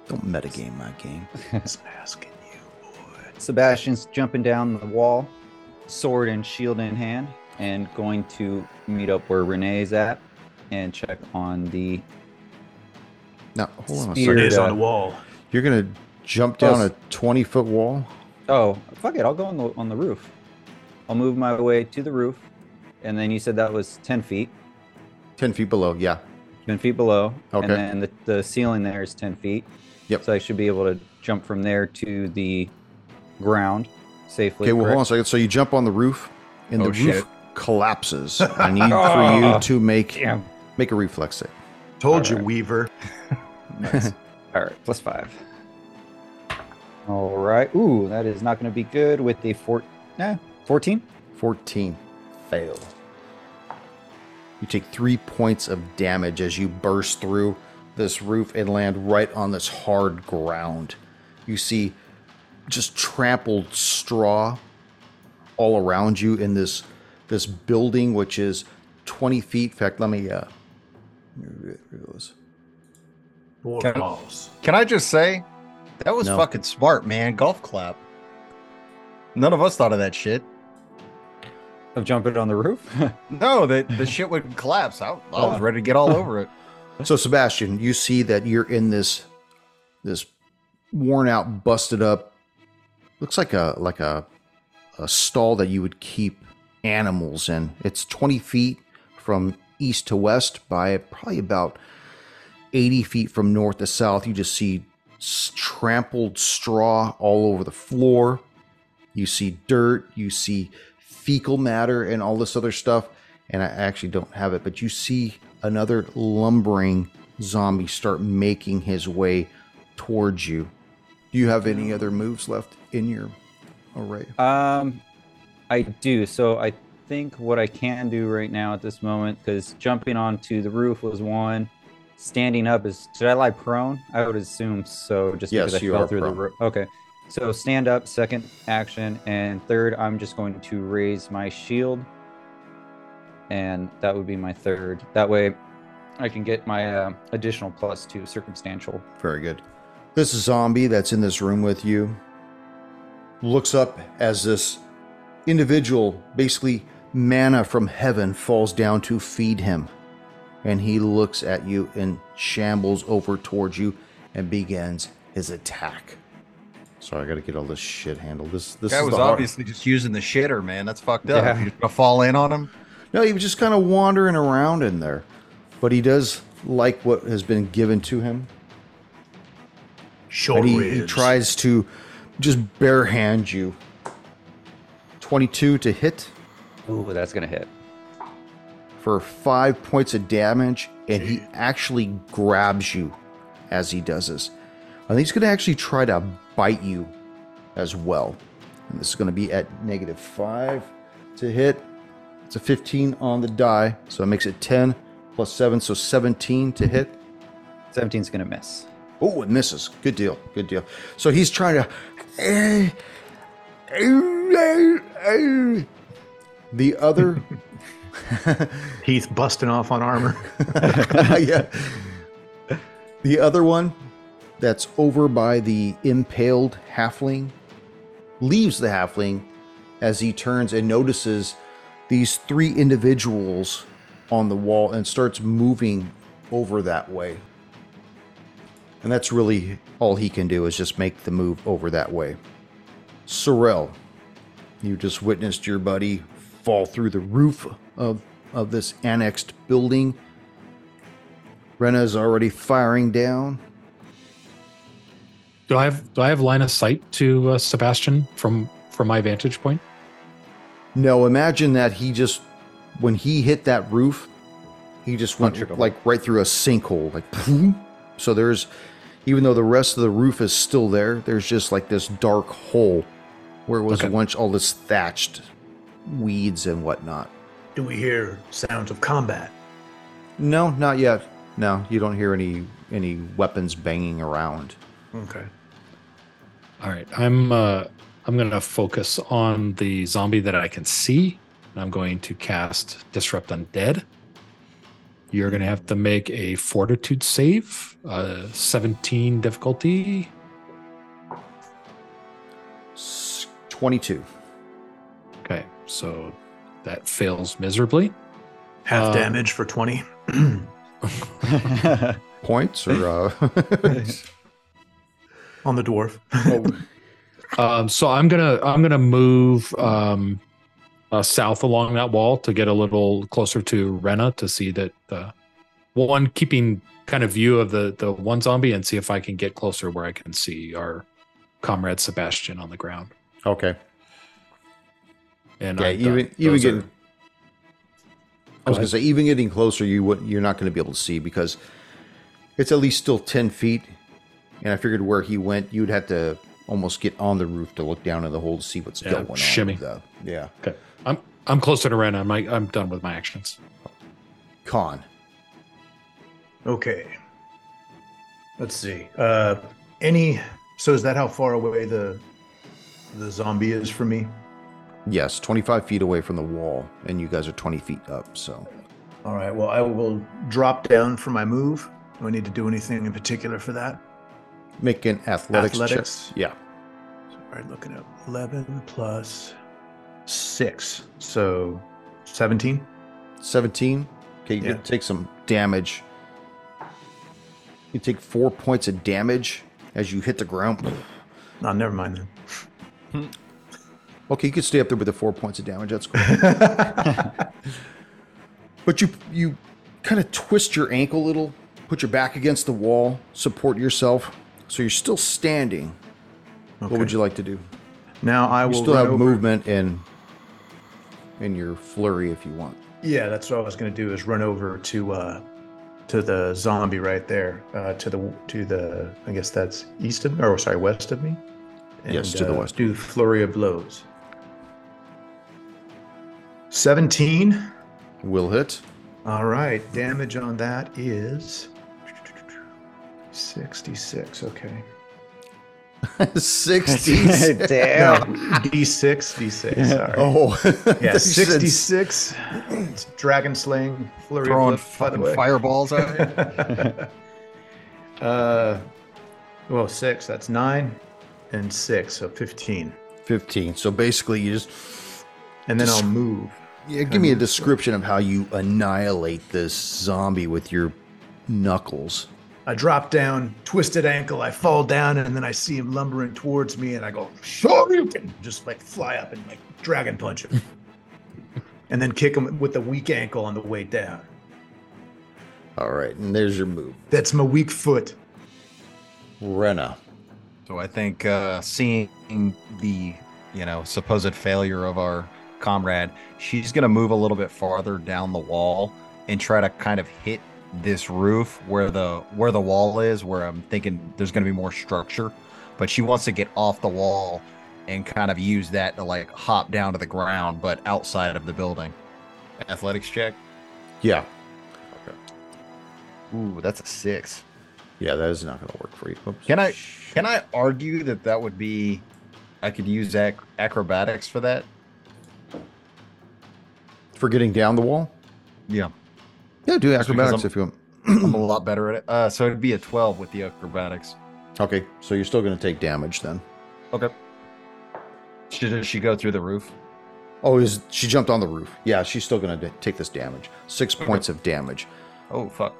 S1: Don't metagame my game.
S3: Just asking you, boy.
S2: Sebastian's jumping down the wall, sword and shield in hand, and going to meet up where Renee's at and check on the.
S1: Now, hold on a
S2: Spear.
S1: second.
S3: It is
S2: uh,
S3: on the wall.
S1: You're gonna jump down a 20 foot wall?
S2: Oh, fuck it. I'll go on the, on the roof. I'll move my way to the roof. And then you said that was 10 feet,
S1: 10 feet below, yeah.
S2: 10 feet below.
S1: Okay.
S2: And then the, the ceiling there is 10 feet.
S1: Yep.
S2: So I should be able to jump from there to the ground safely.
S1: Okay, well, hold on a
S2: correct?
S1: second. So you jump on the roof, and
S5: Oh,
S1: the
S5: shit.
S1: roof collapses. I need for you to make
S2: Damn.
S1: make a reflex save.
S3: Told you,
S2: Alright.
S3: Weaver.
S2: All right, plus five. All right. Ooh, that is not going to be good with the four. Nah, 14?
S1: 14. Fail. You take three points of damage as you burst through this roof and land right on this hard ground. You see just trampled straw all around you in this this building, which is 20 feet. In fact, let me. Uh, here it goes.
S3: War
S5: Can I-
S3: balls.
S5: Can I just say that was
S1: No.
S5: fucking smart, man? Golf clap. None of us thought of that shit.
S2: Of jumping on the roof?
S5: No, that the shit would collapse. I, I was
S2: Oh.
S5: ready to get all over it.
S1: So Sebastian, you see that you're in this this worn out, busted up looks like a like a a stall that you would keep animals in. It's 20 feet from east to west by probably about 80 feet from north to south. You just see s- trampled straw all over the floor. You see dirt, you see fecal matter and all this other stuff and I actually don't have it, but you see another lumbering zombie start making his way towards you. Do you have any other moves left in your array?
S2: Um, I do. So I think what I can do right now at this moment, because jumping onto the roof was one, standing up is. Did I lie prone? I would assume so. Just
S1: Yes,
S2: because I
S1: you
S2: fell
S1: are
S2: through
S1: prone.
S2: the roof. Okay. So stand up, second action, and third, I'm just going to raise my shield, and that would be my third. That way, I can get my um additional plus two circumstantial.
S1: Very good. This zombie that's in this room with you looks up as this individual, basically manna from heaven, falls down to feed him. And he looks at you and shambles over towards you and begins his attack. Sorry, I gotta get all this shit handled. This this
S5: Guy
S1: is
S5: was
S1: the hard-
S5: obviously just using the shitter, man. That's fucked up.
S2: Yeah.
S5: You're just gonna fall in on him.
S1: No, he was just kind of wandering around in there. But he does like what has been given to him.
S3: Short
S1: And he, he
S3: ribs.
S1: tries to just bare hand you. 22 to hit
S2: Ooh, that's gonna hit.
S1: for five points of damage, and he actually grabs you as he does this. And he's going to actually try to bite you as well. And this is going to be at negative five to hit. It's a 15 on the die, so it makes it 10 plus 7, so 17 to hit.
S2: 17's gonna miss.
S1: Oh, it misses. Good deal. Good deal. So he's trying to. eh, The other.
S3: Heath busting off on armor.
S1: yeah. The other one that's over by the impaled halfling leaves the halfling as he turns and notices these three individuals on the wall and starts moving over that way. And that's really all he can do is just make the move over that way. Sorrel, you just witnessed your buddy fall through the roof of, of this annexed building. Rena is already firing down.
S4: Do I have do I have line of sight to uh, Sebastian from from my vantage point?
S1: No, imagine that he just, when he hit that roof, he just
S2: Punctured him.
S1: went like right through a sinkhole, like boom. So there's, even though the rest of the roof is still there, there's just like this dark hole where it was
S4: Okay.
S1: once all this thatched weeds and whatnot.
S3: Do we hear sounds of combat?
S1: No, not yet. No, you don't hear any any weapons banging around.
S3: Okay.
S4: All right, I'm uh, I'm gonna focus on the zombie that I can see, and I'm going to cast Disrupt Undead. You're gonna have to make a Fortitude save, uh, 17 difficulty.
S1: S- Twenty-two.
S4: Okay, so that fails miserably.
S3: Half
S4: Um,
S3: damage for 20.
S1: points or uh
S3: on the dwarf.
S4: Um, so I'm gonna I'm gonna move um, uh, south along that wall to get a little closer to Rena to see that uh, one keeping kind of view of the the one zombie and see if I can get closer where I can see our comrade Sebastian on the ground.
S1: okay
S4: And
S1: yeah
S4: I-
S1: even
S4: th-
S1: even
S4: those
S1: getting
S4: are-
S1: i was
S4: Go
S1: gonna
S4: ahead.
S1: say even getting closer you would you're not gonna be able to see because it's at least still 10 feet and i figured where he went you'd have to almost get on the roof to look down in the hole to see what's
S4: Yeah,
S1: going on
S4: shimmy.
S1: with that. yeah
S4: I'm I'm closer to Rena. I'm like, I'm done with my actions.
S1: con
S3: Okay. Let's see. Uh any so is that how far away the the zombie is from me?
S1: Yes, 25 feet away from the wall, and you guys are 20 feet up. So
S3: All right. Well, I will drop down for my move. Do I need to do anything in particular for that?
S1: make an athletics,
S3: Athletics.
S1: check. Yeah.
S3: All right, looking at 11 plus 6. So 17.
S1: 17. Okay, you
S3: Yeah.
S1: take some damage. You take four points of damage as you hit the ground.
S3: Oh, never mind then.
S1: Okay, you could stay up there with the four points of damage. That's cool. but you you kind of twist your ankle a little, put your back against the wall, support yourself. So you're still standing. What would you like to do?
S3: Now I
S1: You
S3: will
S1: still
S3: run
S1: have
S3: over-
S1: movement and in your flurry if you want.
S3: Yeah, that's what I was going to do is run over to uh to the zombie right there, uh to the to the I guess that's east of me or sorry, west of me.
S1: Yes, to the
S3: uh,
S1: west.
S3: Do flurry of blows. 17.
S1: Will hit.
S3: All right, damage on that is 66. Okay.
S1: 60.
S3: No,
S2: Damn.
S3: D6, D6. Sorry.
S1: Oh,
S3: yeah,
S1: They said
S3: 66. It's Dragon slaying, flurry of
S5: Throwing
S3: blows, by the
S5: fucking
S3: way.
S5: fireballs out here.
S3: uh, well, six. That's nine, and six, so fifteen.
S1: 15. So basically, you just
S3: And then
S1: Just-
S3: I'll move.
S1: yeah, give me
S3: Mm-hmm.
S1: a description of how you annihilate this zombie with your knuckles.
S3: I drop down, twisted ankle. I fall down, and then I see him lumbering towards me, and I go, "Sure you can!" Just like fly up and like dragon punch him, and then kick him with the weak ankle on the way down.
S1: All right, and there's your move.
S3: That's my weak foot.
S1: Rena.
S5: So I think uh, seeing the you know supposed failure of our comrade, she's gonna move a little bit farther down the wall and try to kind of hit this roof where the where the wall is. Where I'm thinking there's gonna be more structure, but she wants to get off the wall and kind of use that to like hop down to the ground, but outside of the building. Athletics check.
S1: Yeah,
S5: Ooh, that's a six.
S1: yeah, that is not going to work for you. Oops.
S5: Can I- Can I argue that that would be? I could use ac- acrobatics for that.
S1: For getting down the wall?
S5: Yeah.
S1: Yeah, do
S5: Just because
S1: acrobatics
S5: I'm-
S1: if you want.
S5: I'm a lot better at it. Uh, so it'd be a 12 with the acrobatics.
S1: Okay, so you're still going to take damage then.
S5: Should does she go through the roof?
S1: Oh, is she jumped on the roof? Yeah, she's still going to take this damage. Six points of damage.
S5: Oh fuck!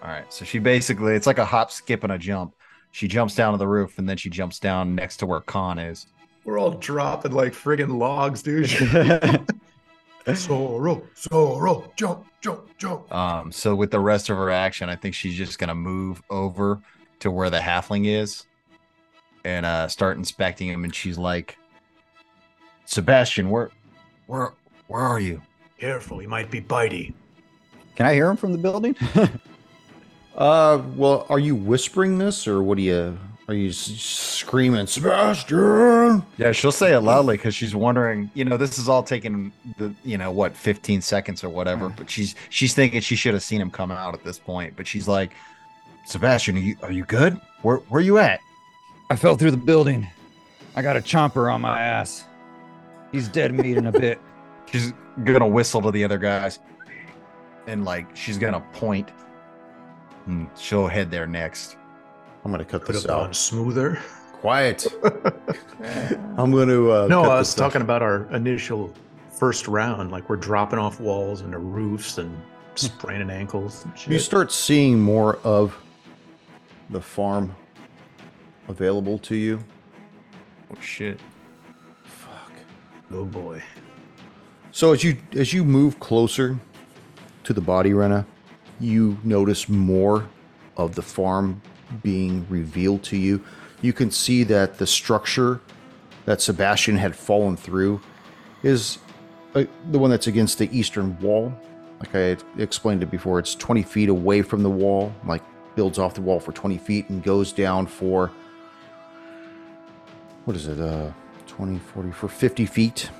S5: All right. So she basically it's like a hop, skip, and a jump. She jumps down to the roof and then she jumps down next to where Khan is.
S3: We're all dropping like friggin' logs, dude. Sorrow, sorrow, jump, jump, jump.
S5: Um, so with the rest of her action, I think she's just gonna move over to where the halfling is and uh start inspecting him. And she's like, "Sebastian, where, where, where are you?"
S3: Careful, he might be bitey.
S2: Can I hear him from the building?
S1: Uh, well, are you whispering this or what do you. Are you s- screaming, Sebastian?
S5: Yeah, she'll say it loudly because she's wondering. You know, this is all taking the you know what, fifteen seconds or whatever. But she's she's thinking she should have seen him come out at this point. But she's like, Sebastian, are you are you good? Where where you at?
S2: I fell through the building. I got a chomper on my ass. He's dead meat in a bit.
S5: She's gonna whistle to the other guys, and like she's gonna point. And she'll head there next.
S1: I'm going to cut
S3: Could have
S1: this
S3: gone
S1: out.
S3: smoother.
S1: Quiet. I'm going to. Uh,
S3: No,
S1: cut
S3: I
S1: this
S3: was
S1: out.
S3: talking about our initial first round. Like we're dropping off walls into roofs and spraining ankles and
S1: Hmm. You
S3: shit.
S1: start seeing more of the farm available to you.
S5: Oh shit!
S1: Fuck.
S3: oh boy.
S1: So as you as you move closer to the body Rena, you notice more of the farm being revealed to you. You can see that the structure that Sebastian had fallen through is uh, the one that's against the eastern wall. Like I had explained it before, it's 20 feet away from the wall, like builds off the wall for 20 feet and goes down for what is it, uh, 20, 40, for 50 feet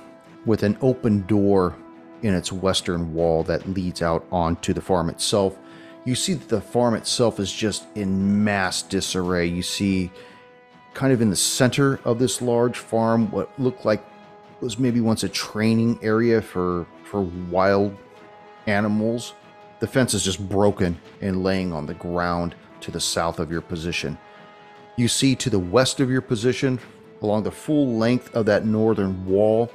S1: with an open door in its western wall that leads out onto the farm itself. You see that the farm itself is just in mass disarray. You see, kind of in the center of this large farm, what looked like was maybe once a training area for for wild animals. The fence is just broken and laying on the ground to the south of your position. You see to the west of your position, along the full length of that northern wall,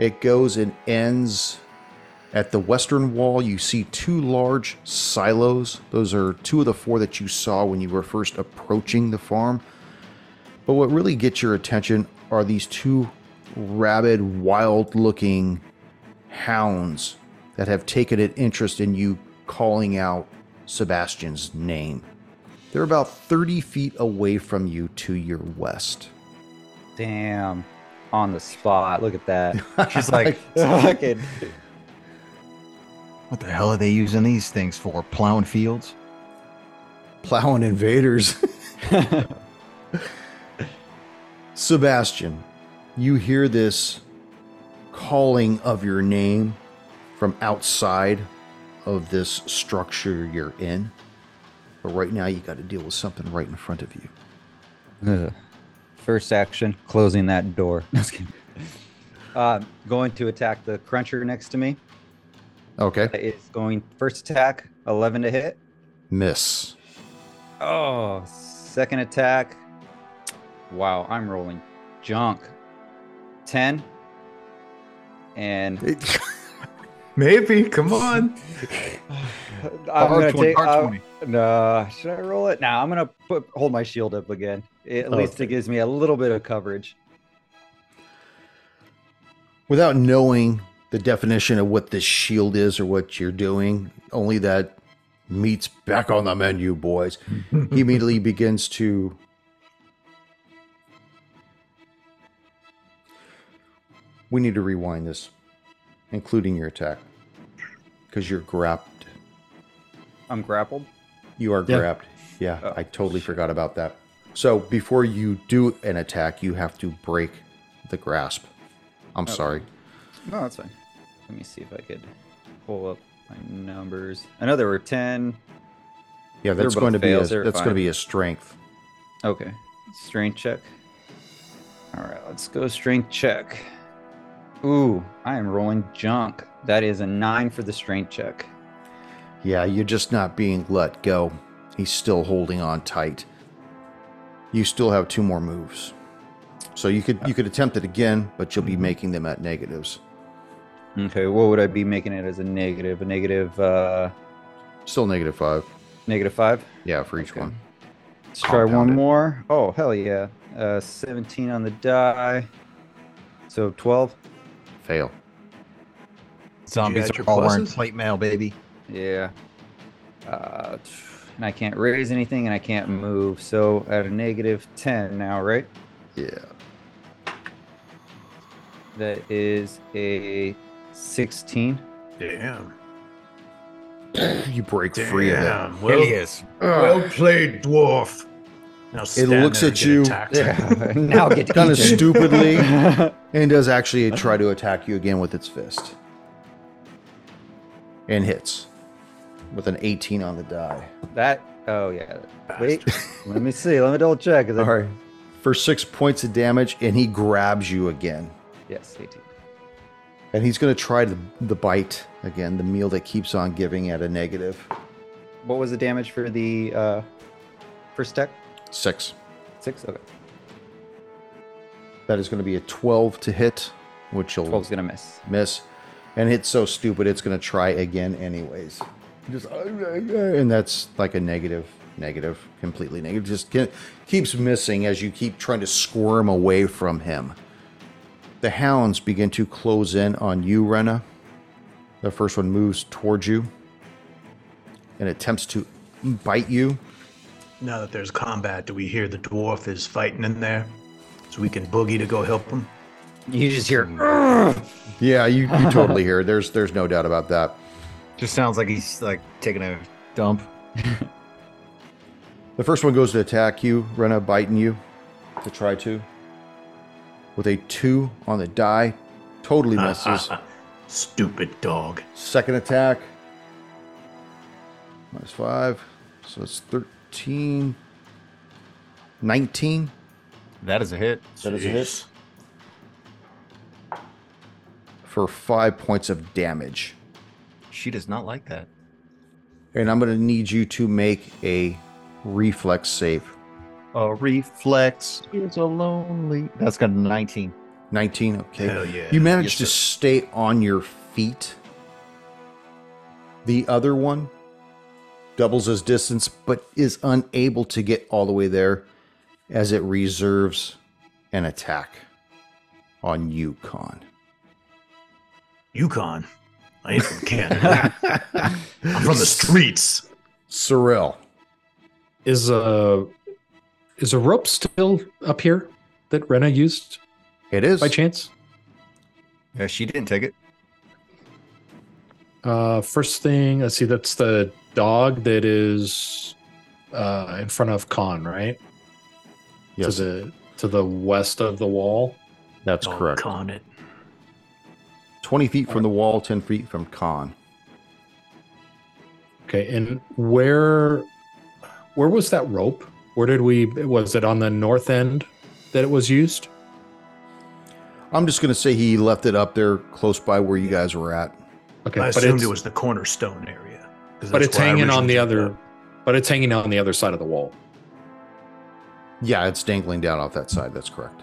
S1: it goes and ends at the western wall. You see two large silos. Those are two of the four that you saw when you were first approaching the farm. But what really gets your attention are these two rabid, wild looking hounds that have taken an interest in you calling out Sebastian's name. They're about 30 feet away from you to your west.
S2: Damn. On the spot. Look at that.
S5: She's like,
S2: Fucking.
S5: What the hell are they using these things for? Plowing fields?
S1: plowing invaders. Sebastian, you hear this calling of your name from outside of this structure you're in. But right now, you got to deal with something right in front of you.
S2: Ugh. First action, closing that door. No, just kidding. Uh, going to attack the cruncher next to me.
S1: Okay.
S2: That is going first attack, 11 to hit.
S1: Miss.
S2: Oh, second attack. Wow, I'm rolling junk. 10. And
S3: Maybe. Come on.
S2: I'm
S5: Hard
S2: gonna
S5: twenty,
S2: take.
S5: hard
S2: uh,
S5: 20.
S2: nah, should I roll it? Nah, I'm gonna put, hold my shield up again. At least
S1: Okay.
S2: it gives me a little bit of coverage.
S1: without knowing the definition of what this shield is or what you're doing, only that meat's back on the menu, boys. he immediately begins to we need to rewind this including your attack because you're grabbed
S2: I'm grappled.
S1: you are
S4: Yeah.
S1: grabbed yeah
S2: Oh,
S1: i totally forgot about that so before you do an attack you have to break the grasp i'm sorry
S2: No, that's fine. Let me see if I could pull up my numbers. I know there were 10.
S1: yeah that's
S2: both
S1: going to be a,
S2: fails, they're
S1: that's going to
S2: fine.
S1: be a strength
S2: Okay. Strength check. All right, let's go strength check. Ooh, I am rolling junk. That is a nine for the strength check.
S1: Yeah, you're just not being let go. He's still holding on tight. You still have two more moves. So you could you could attempt it again, but you'll be making them at negatives.
S2: Okay, what would I be making it as a negative? A negative, uh,
S1: Still negative five.
S2: negative five?
S1: Yeah, for each
S2: Okay.
S1: one.
S2: Let's try one
S1: Compounded.
S2: more. Oh, hell yeah. Uh, 17 on the die. So 12?
S1: Fail.
S5: Zombies
S3: add
S5: are
S3: your
S5: all wearing
S3: pluses?
S5: plate mail, baby.
S2: Yeah. Uh, and I can't raise anything and I can't move. So at a negative 10 now, right?
S1: Yeah.
S2: That is a 16.
S3: Damn.
S1: You break free of that.
S3: Damn. Well,
S5: is.
S3: well played, dwarf. Now stand
S1: looks
S3: there
S1: at
S3: and get
S1: you.
S3: attacked.
S2: now get
S1: Kind
S2: eaten.
S1: of stupidly. and does actually try to attack you again with its fist. And hits. With an 18 on the die.
S2: That. Oh yeah. Wait. let me see. Let me double check. Is it-
S1: Alright. For six points of damage, and he grabs you again.
S2: Yes, 18.
S1: And he's going to try the, the bite again, the meal that keeps on giving at a negative
S2: What was the damage for the uh, first deck?
S1: six.
S2: Six. Okay.
S1: That is going to be a 12 to hit, which you'll
S2: 12's gonna miss.
S1: miss. And it's so stupid, it's going to try again, anyways. Just, uh, and that's like a negative, negative, completely negative. Just ke- keeps missing as you keep trying to squirm away from him. The hounds begin to close in on you, Rena. The first one moves towards you and attempts to bite you.
S3: Now that there's combat, do we hear the dwarf is fighting in there? So we can boogie to go help him?
S2: You just hear.
S1: Hmm. Yeah, you, you totally hear. it. There's there's no doubt about that.
S5: Just sounds like he's like taking a dump.
S1: The first one goes to attack you, Rena biting you to try to. With a two on the die, totally misses.
S3: Ah, Stupid dog.
S1: Second attack, minus five, so it's 13, 19.
S5: That is a hit.
S1: That is a hit. for five points of damage.
S5: She does not like that.
S1: And I'm going to need you to make a reflex save.
S5: A reflex is a lonely. That's got a 19.
S1: 19. Okay.
S3: Hell yeah.
S1: You managed
S5: Yes,
S1: to
S5: sir.
S1: stay on your feet. The other one doubles as distance, but is unable to get all the way there as it reserves an attack on Yukon.
S3: Yukon. I ain't from Canada. I'm from the streets.
S1: Sorrel.
S4: Is a is a rope still up here that Rena used
S1: It is.
S4: by chance?
S5: Yeah, she didn't take it.
S4: Uh, first thing, let's see. That's the dog that is uh, in front of Khan, right?
S1: Yes,
S4: To the to the west of the wall.
S1: that's
S3: Don't
S1: correct.
S3: Con it.
S1: 20 feet from the wall, 10 feet from Khan.
S4: Okay, and where where was that rope? Where did we? Was it on the north end that it was used?
S1: I'm just going to say he left it up there close by where you guys were at.
S4: Okay,
S3: I
S4: but
S3: assumed
S4: it's,
S3: it was the cornerstone area. 'cause
S4: but
S3: that's
S4: it's
S3: where I
S4: hanging on
S3: originally
S4: the
S3: jumped
S4: other,
S3: up.
S4: but it's hanging on the other side of the wall.
S1: Yeah, it's dangling down off that side. That's correct.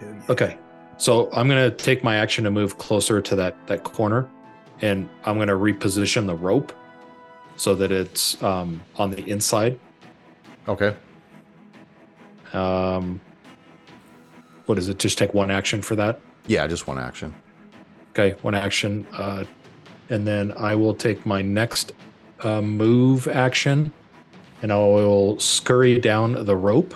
S3: Hell yeah.
S4: Okay. So I'm gonna take my action to move closer to that that corner, and I'm gonna reposition the rope so that it's um, on the inside.
S1: Okay.
S4: Um, what does it? Just take one action for that.
S1: Yeah, just one action.
S4: Okay, one action, uh, and then I will take my next uh, move action, and I will scurry down the rope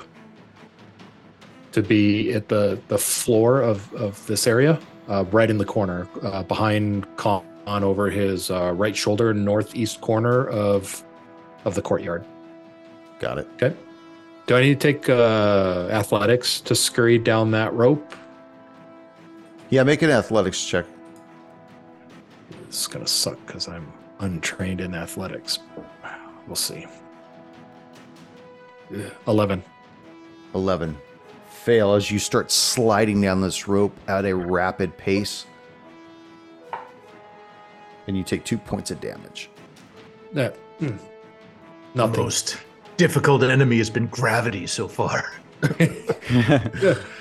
S4: to be at the the floor of of this area, uh, right in the corner, uh, behind Con on over his uh, right shoulder, northeast corner of of the courtyard.
S1: Got it.
S4: Okay. Do I need to take uh, athletics to scurry down that rope?
S1: Yeah, make an athletics check.
S4: It's gonna suck because I'm untrained in athletics. We'll see. Ugh, Eleven.
S1: 11. Fail as you start sliding down this rope at a rapid pace. And you take two points of damage.
S4: That hmm.
S3: The
S4: nothing.
S3: most difficult enemy has been gravity so far.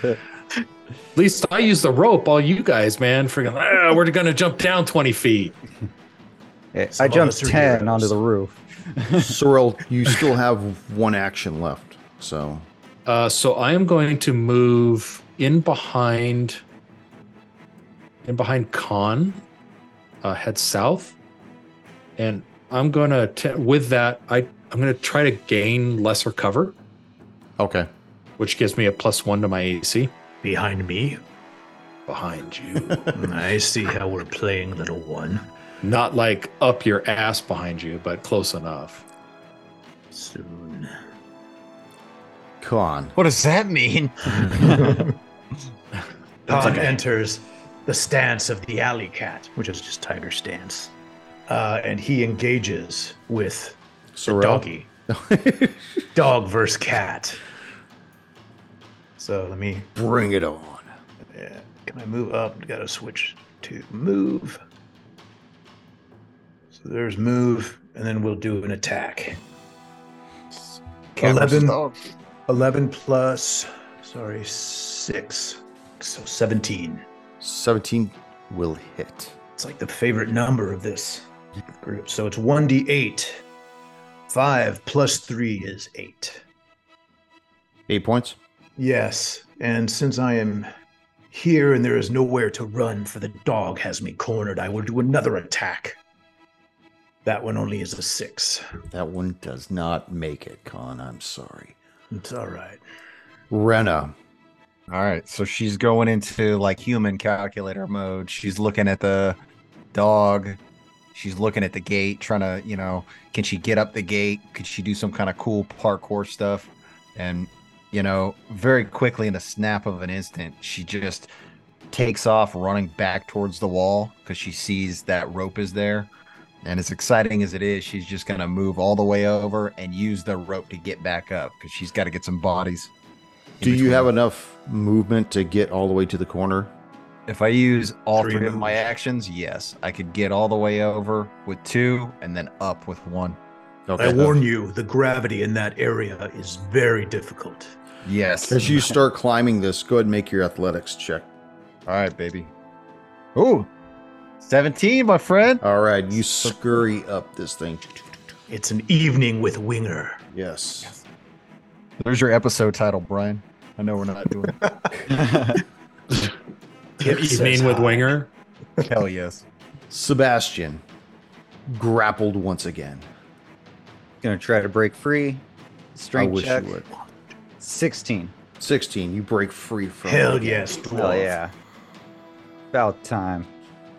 S4: At least I use the rope. All you guys, man, freaking. Ah, we're gonna jump down twenty feet.
S2: Hey, Eh,
S3: Some
S2: I
S3: of
S2: jumped
S3: us are
S2: 10
S3: heroes.
S2: onto the roof.
S1: Sorrel, you still have one action left. So,
S4: Uh, so I am going to move in behind, in behind Khan, uh, head south, and I'm gonna t- with that I I'm gonna try to gain lesser cover,
S1: okay.
S4: which gives me a plus one to my AC.
S3: Behind me,
S4: behind you.
S3: I see how we're playing, little one.
S4: Not like up your ass behind you, but close enough.
S3: Soon.
S1: Con.
S5: What does that mean?
S3: Pod enters the stance of the alley cat, which is just tiger stance, uh, and he engages with the
S1: Sorrel.
S3: doggy. Dog versus cat. So let me.
S1: Bring it on.
S3: Yeah, can I move up? Got to switch to move. So there's move, and then we'll do an attack.
S5: Cat versus
S3: 11.
S5: dog.
S3: 11 plus, sorry, 6. So 17.
S1: 17 will hit.
S3: It's like the favorite number of this group. So it's 1d8. 5 plus 3 is 8.
S1: Eight points.
S3: Yes. And since I am here and there is nowhere to run, for the dog has me cornered, I will do another attack. That one only is a 6.
S1: That one does not make it, Con. I'm sorry.
S3: It's all right.
S1: Rena.
S5: All right, so she's going into like human calculator mode. She's looking at the dog. She's looking at the gate, trying to, you know, can she get up the gate? Could she do some kind of cool parkour stuff? And, you know, very quickly in a snap of an instant, she just takes off running back towards the wall because she sees that rope is there. And as exciting as it is, she's just going to move all the way over and use the rope to get back up because she's got to get some bodies. in
S1: Do you
S5: between.
S1: have enough movement to get all the way to the corner?
S5: If I use all
S3: Three
S5: three, of my
S3: moves.
S5: actions, yes, I could get all the way over with two and then up with one.
S3: I warn you, the gravity in that area is very difficult.
S5: Yes.
S1: As you start climbing this, go ahead and make your athletics check.
S5: All right, baby. Ooh, 17, my friend.
S1: All right, you scurry up this thing.
S3: It's an evening with Winger.
S1: Yes.
S5: There's your episode title, Brian. I know we're not doing
S3: Tip says
S4: Evening with
S3: hi.
S4: Winger.
S5: Hell yes.
S1: Sebastian grappled once again.
S2: Gonna try to break free. Strength
S1: I wish
S2: check.
S1: you would.
S2: 16.
S1: 16, you break free from
S3: Hell yes, dwarf.
S2: Hell yeah. About time.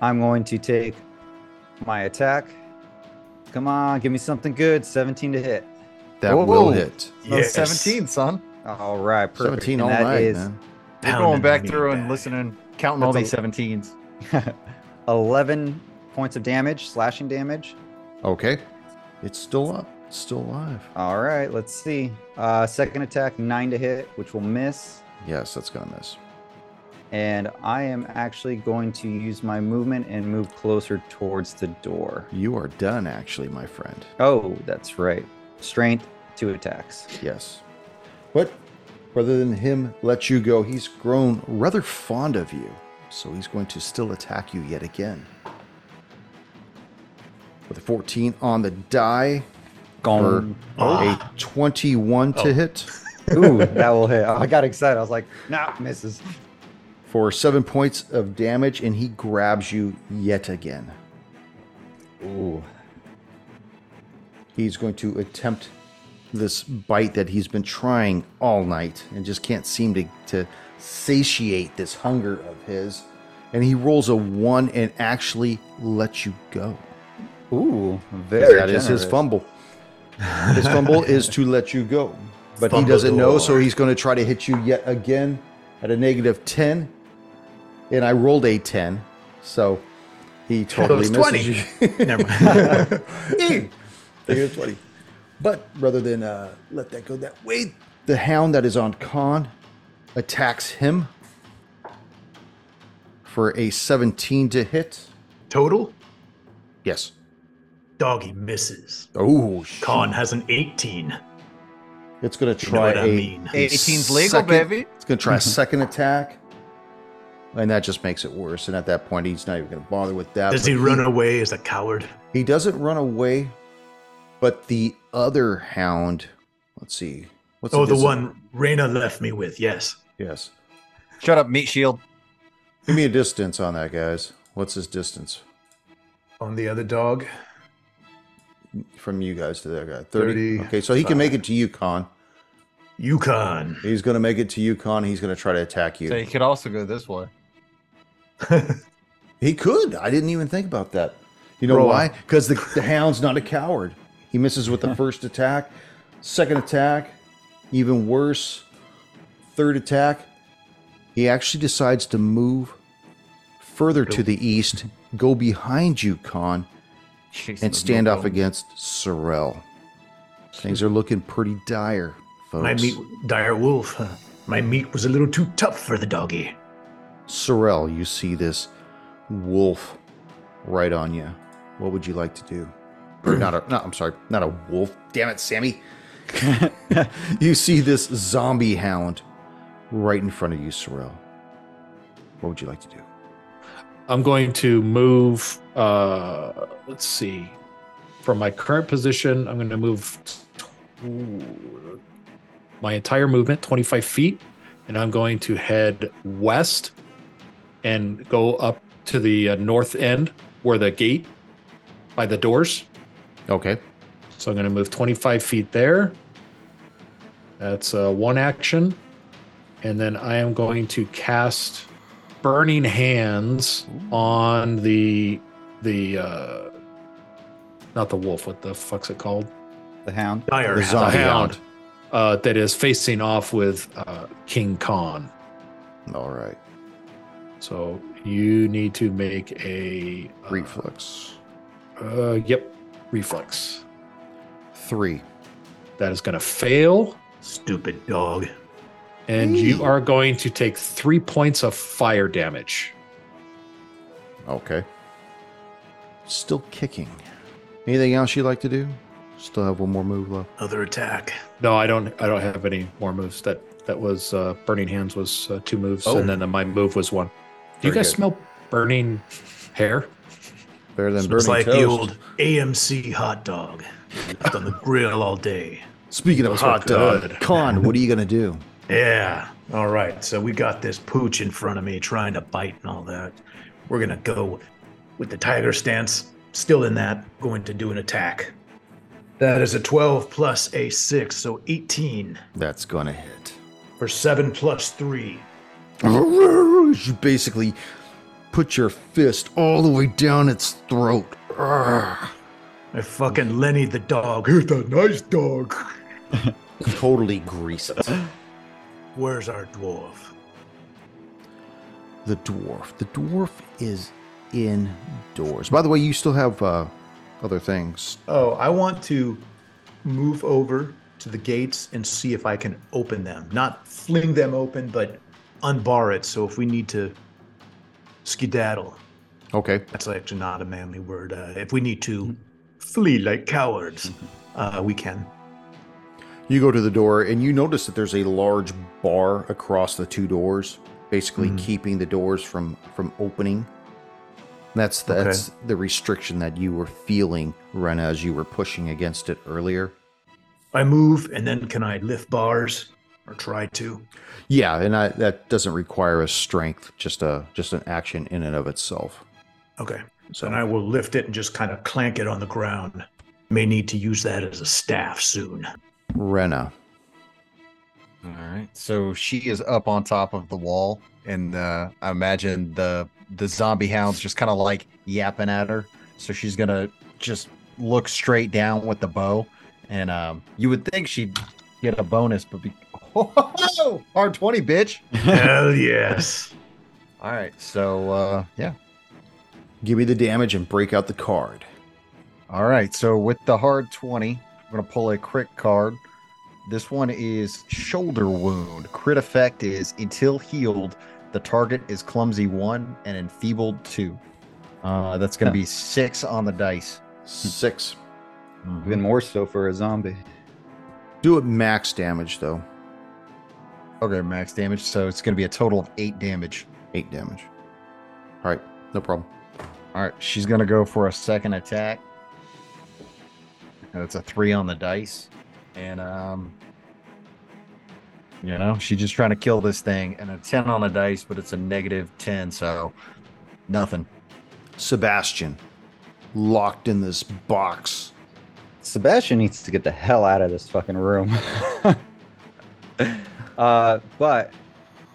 S2: I'm going to take my attack. Come on, give me something good. 17 to hit.
S1: That
S5: Whoa.
S1: will hit.
S5: No,
S3: Yes.
S5: 17, Oh, son.
S2: All right, perfect.
S1: 17
S2: And
S1: all
S2: that
S1: night,
S2: is
S1: man.
S5: We're
S3: Pound
S5: going
S3: and
S5: back
S3: meat
S5: through and
S3: bag.
S5: listening, counting all these
S2: That's
S5: 17s.
S2: 11 points of damage, slashing damage.
S1: Okay. It's still up. It's still alive.
S2: All right, let's see. Uh, second attack, 9 to hit, which will miss.
S1: Yes, that's going to miss.
S2: And I am actually going to use my movement and move closer towards the door.
S1: You are done, actually, my friend.
S2: Oh, that's right. Strength, two attacks.
S1: Yes. But rather than him let you go, he's grown rather fond of you. So he's going to still attack you yet again. With a 14 on the die
S2: Gone.
S1: or a 21 to
S4: Oh.
S1: hit
S2: Ooh, that will hit. Oh, I got excited. I was like, nah, misses.
S1: for seven points of damage, and he grabs you yet again.
S2: Ooh.
S1: He's going to attempt this bite that he's been trying all night and just can't seem to, to satiate this hunger of his. And he rolls a one and actually lets you go.
S2: Ooh. Very
S1: That is his
S2: generous.
S1: fumble. His fumble is to let you go. But he
S3: Fumble
S1: doesn't know, so
S3: door.
S1: he's going to try to hit you yet again at a negative 10. And I rolled a 10, so he totally
S3: was
S1: misses 20. you.
S3: Never mind.
S1: Negative 20. But rather than uh, let that go that way, the hound that is on Khan attacks him for a 17 to hit.
S3: Total,
S1: Yes.
S3: doggy misses.
S1: Oh,
S3: Khan has an 18.
S1: It's going to
S3: You know
S1: try
S3: what I
S1: a,
S3: mean.
S1: a
S5: 18's legal,
S1: second-
S5: baby.
S1: It's going to try a second attack. And that just makes it worse. And at that point, he's not even going to bother with that.
S3: Does he
S1: But
S3: run away as a coward?
S1: He doesn't run away, but the other hound. Let's see. What's
S3: Oh, the
S1: dis-
S3: one Reyna left me with. Yes.
S1: Yes.
S5: Shut up, meat shield.
S1: Give me a distance on that, guys. What's his distance
S3: On the other dog.
S1: from you guys to that guy? 30.
S3: 30,
S1: Okay, so he can make it to you, Con.
S3: Yukon.
S1: He's going to make it to you, Con. He's going to try to attack you.
S5: So you could also go this way.
S1: He could. I didn't even think about that. You know
S3: Roll
S1: why? Because the, the hound's not a coward. He misses with the first attack, second attack, even worse, third attack. He actually decides to move further to the east, go behind you, Khan, and stand off against Sorel. Things are looking pretty dire, folks.
S3: My meat, dire wolf. huh? My meat was a little too tough for the doggy.
S1: Sorel, you see this wolf right on you. What would you like to do? Or not a, no, I'm sorry, not a wolf. Damn it, Sammy. you see this zombie hound right in front of you, Sorel. What would you like to do?
S4: I'm going to move. Uh, let's see. From my current position, I'm going to move tw- my entire movement 25 feet, and I'm going to head west and go up to the uh, north end where the gate by the doors.
S1: Okay.
S4: So I'm going to move 25 feet there. That's uh, one action. And then I am going to cast Burning Hands on the, the, uh, not the wolf, what the fuck's it called?
S2: The hound.
S3: Dire
S1: The
S3: hound.
S1: zombie hound.
S4: hound. Uh, that is facing off with uh, King Khan.
S1: All right.
S4: So you need to make a uh,
S1: Reflex.
S4: Uh, yep, reflex.
S1: Three.
S4: That is going to fail.
S3: Stupid dog.
S4: and you
S1: Ooh.
S4: are going to take three points of fire damage.
S1: Okay. Still kicking. Anything else you'd like to do? Still have one more move left.
S3: Other attack.
S4: No, I don't. I don't have any more moves. That that was uh, burning hands was uh, two moves,
S1: Oh.
S4: and then my move was one. Do you
S1: Very
S4: guys
S1: good.
S4: smell burning hair?
S1: Better than
S3: It's
S1: burning
S3: like the
S1: toast.
S3: old AMC hot dog. Left on the grill all day.
S1: Speaking of
S4: Those
S1: hot
S4: are
S1: dog,
S4: good.
S1: Con, what are you gonna do?
S3: Yeah. All right. So we got this pooch in front of me trying to bite and all that. We're going to go with the tiger stance, still in that, going to do an attack. That is a 12 plus a 6, so 18
S1: That's gonna hit.
S3: for 7 plus 3.
S1: You basically put your fist all the way down its throat. Arrgh.
S3: I fucking Lenny the dog. Here's the nice dog.
S1: Totally grease it.
S3: Where's our dwarf?
S1: The dwarf. The dwarf is indoors. By the way, you still have uh, other things.
S3: Oh, I want to move over to the gates and see if I can open them. Not fling them open, but unbar it. So if we need to skedaddle,
S1: Okay.
S3: that's actually not a manly word. Uh, if we need to flee like cowards, uh, we can.
S1: You go to the door and you notice that there's a large bar across the two doors, basically
S3: Mhm.
S1: keeping the doors from from opening. That's
S3: Okay.
S1: that's the restriction that you were feeling, Ren, as you were pushing against it earlier.
S3: I move, and then can I lift bars or try to?
S1: Yeah, and I, that doesn't require a strength, just a just an action in and of itself.
S3: Okay. So then I will lift it and just kind of clank it on the ground. May need to use that as a staff soon.
S1: Rena,
S5: All right. So she is up on top of the wall, and uh, I imagine the the zombie hounds just kind of like yapping at her. So she's gonna just look straight down with the bow, and um, you would think she'd get a bonus, but be- oh, hard twenty, bitch.
S3: Hell yes.
S5: All right. So uh, yeah.
S1: give me the damage and break out the card.
S5: All right. So with the hard 20, I'm going to pull a crit card. This one is shoulder wound. Crit effect is until healed, the target is clumsy one and enfeebled two. Uh, that's going to be six on the dice.
S1: Six.
S2: Even more so for a zombie.
S1: Do it max damage though.
S5: Okay, max damage. So it's going to be a total of eight damage.
S1: Eight damage. All right, no problem.
S5: All right. She's going to go for a second attack. That's a three on the dice. And, um, you know, she's just trying to kill this thing. And a 10 on the dice, but it's a negative 10. So nothing.
S1: Sebastian, locked in this box.
S2: Sebastian needs to get the hell out of this fucking room. uh, but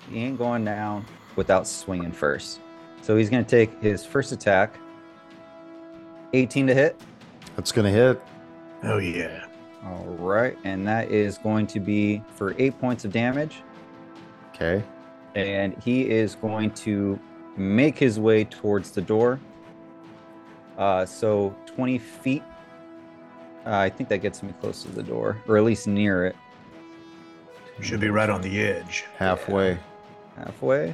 S2: he ain't going down without swinging first. So he's going to take his first attack. 18 to hit.
S1: That's gonna hit.
S3: Oh, yeah.
S2: All right. And that is going to be for eight points of damage.
S1: Okay.
S2: and he is going to make his way towards the door. Uh, so 20 feet. Uh, I think that gets me close to the door, or at least near it,
S3: Should be right on the edge.
S1: Halfway.
S2: halfway.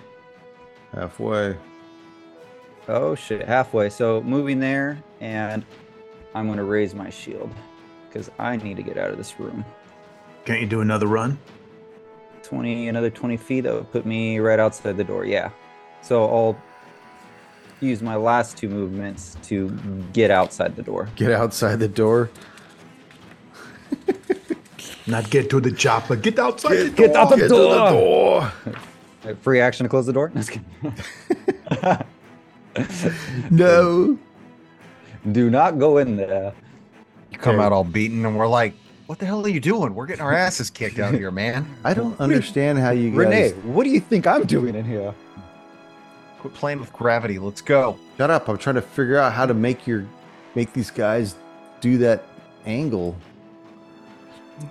S1: Halfway.
S2: Oh shit, halfway. So moving there, and I'm going to raise my shield because I need to get out of this room.
S3: Can't you do another run?
S2: 20, another 20 feet. That would put me right outside the door. Yeah. So I'll use my last two movements to get outside the door.
S1: Get outside the door.
S3: Not get to the chopper. Get outside. the
S1: Get
S3: door.
S1: out the door.
S2: Uh, Free action to close the door? No, just kidding.
S1: No.
S2: Do not go in there.
S5: You come out all beaten, and we're like, what the hell are you doing? We're getting our asses kicked out here, man.
S1: I don't understand how you guys.
S2: Renee, what do you think I'm doing in here?
S5: Quit playing with gravity. Let's go.
S1: Shut up! I'm trying to figure out how to make your, make these guys, do that angle.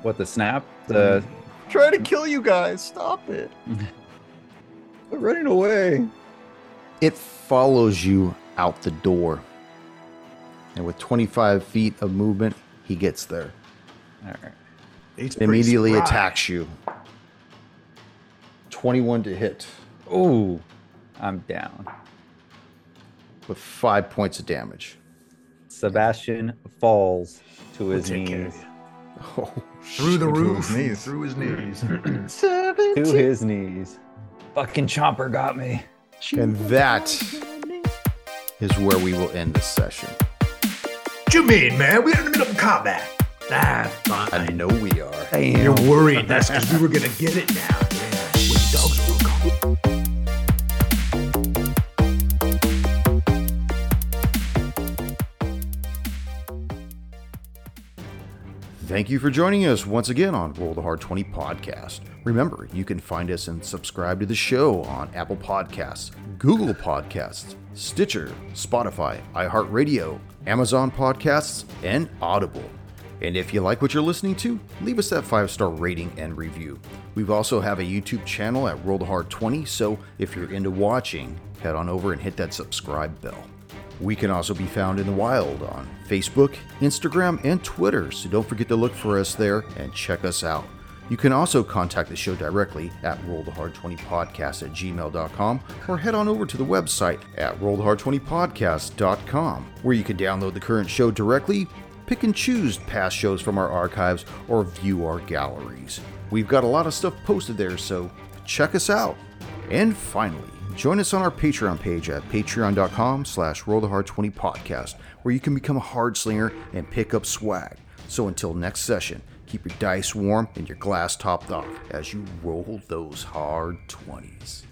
S2: What, the snap? The
S5: Trying to kill you guys. Stop it.
S2: running away.
S1: It follows you out the door. And with 25 feet of movement, he gets there.
S2: All right.
S3: He's
S1: It immediately
S3: pretty spry.
S1: attacks you. 21 to hit.
S2: Oh, I'm down.
S1: with five points of damage.
S2: Sebastian falls to
S3: We'll
S2: his
S3: take care of
S2: knees.
S3: you.
S1: Oh,
S3: Through the
S5: Through
S3: roof.
S5: his knees.
S3: Through his knees.
S2: To his knees. Fucking Chomper got me.
S1: and that is where we will end this session.
S3: what you mean, man? We're in the middle of combat. Ah, fine.
S1: I know we are.
S3: You're worried. That's because we were gonna get it now. Yeah. With dogs, we'll go.
S1: Thank you for joining us once again on Roll the Hard 20 podcast. Remember, you can find us and subscribe to the show on Apple Podcasts, Google Podcasts, Stitcher, Spotify, iHeartRadio, Amazon Podcasts, and Audible. And if you like what you're listening to, leave us that five star rating and review. We've also have a YouTube channel at Roll the Hard 20, so if you're into watching, head on over and hit that subscribe bell. We can also be found in the wild on Facebook, Instagram, and Twitter, so don't forget to look for us there and check us out. You can also contact the show directly at rollthehard20podcast at gmail.com or head on over to the website at rollthehard20podcast.com where you can download the current show directly, pick and choose past shows from our archives, or view our galleries. We've got a lot of stuff posted there, so check us out. And finally, join us on our Patreon page at patreon.com slash rollthehard20podcast, where you can become a hard slinger and pick up swag. So until next session, keep your dice warm and your glass topped off as you roll those hard 20s.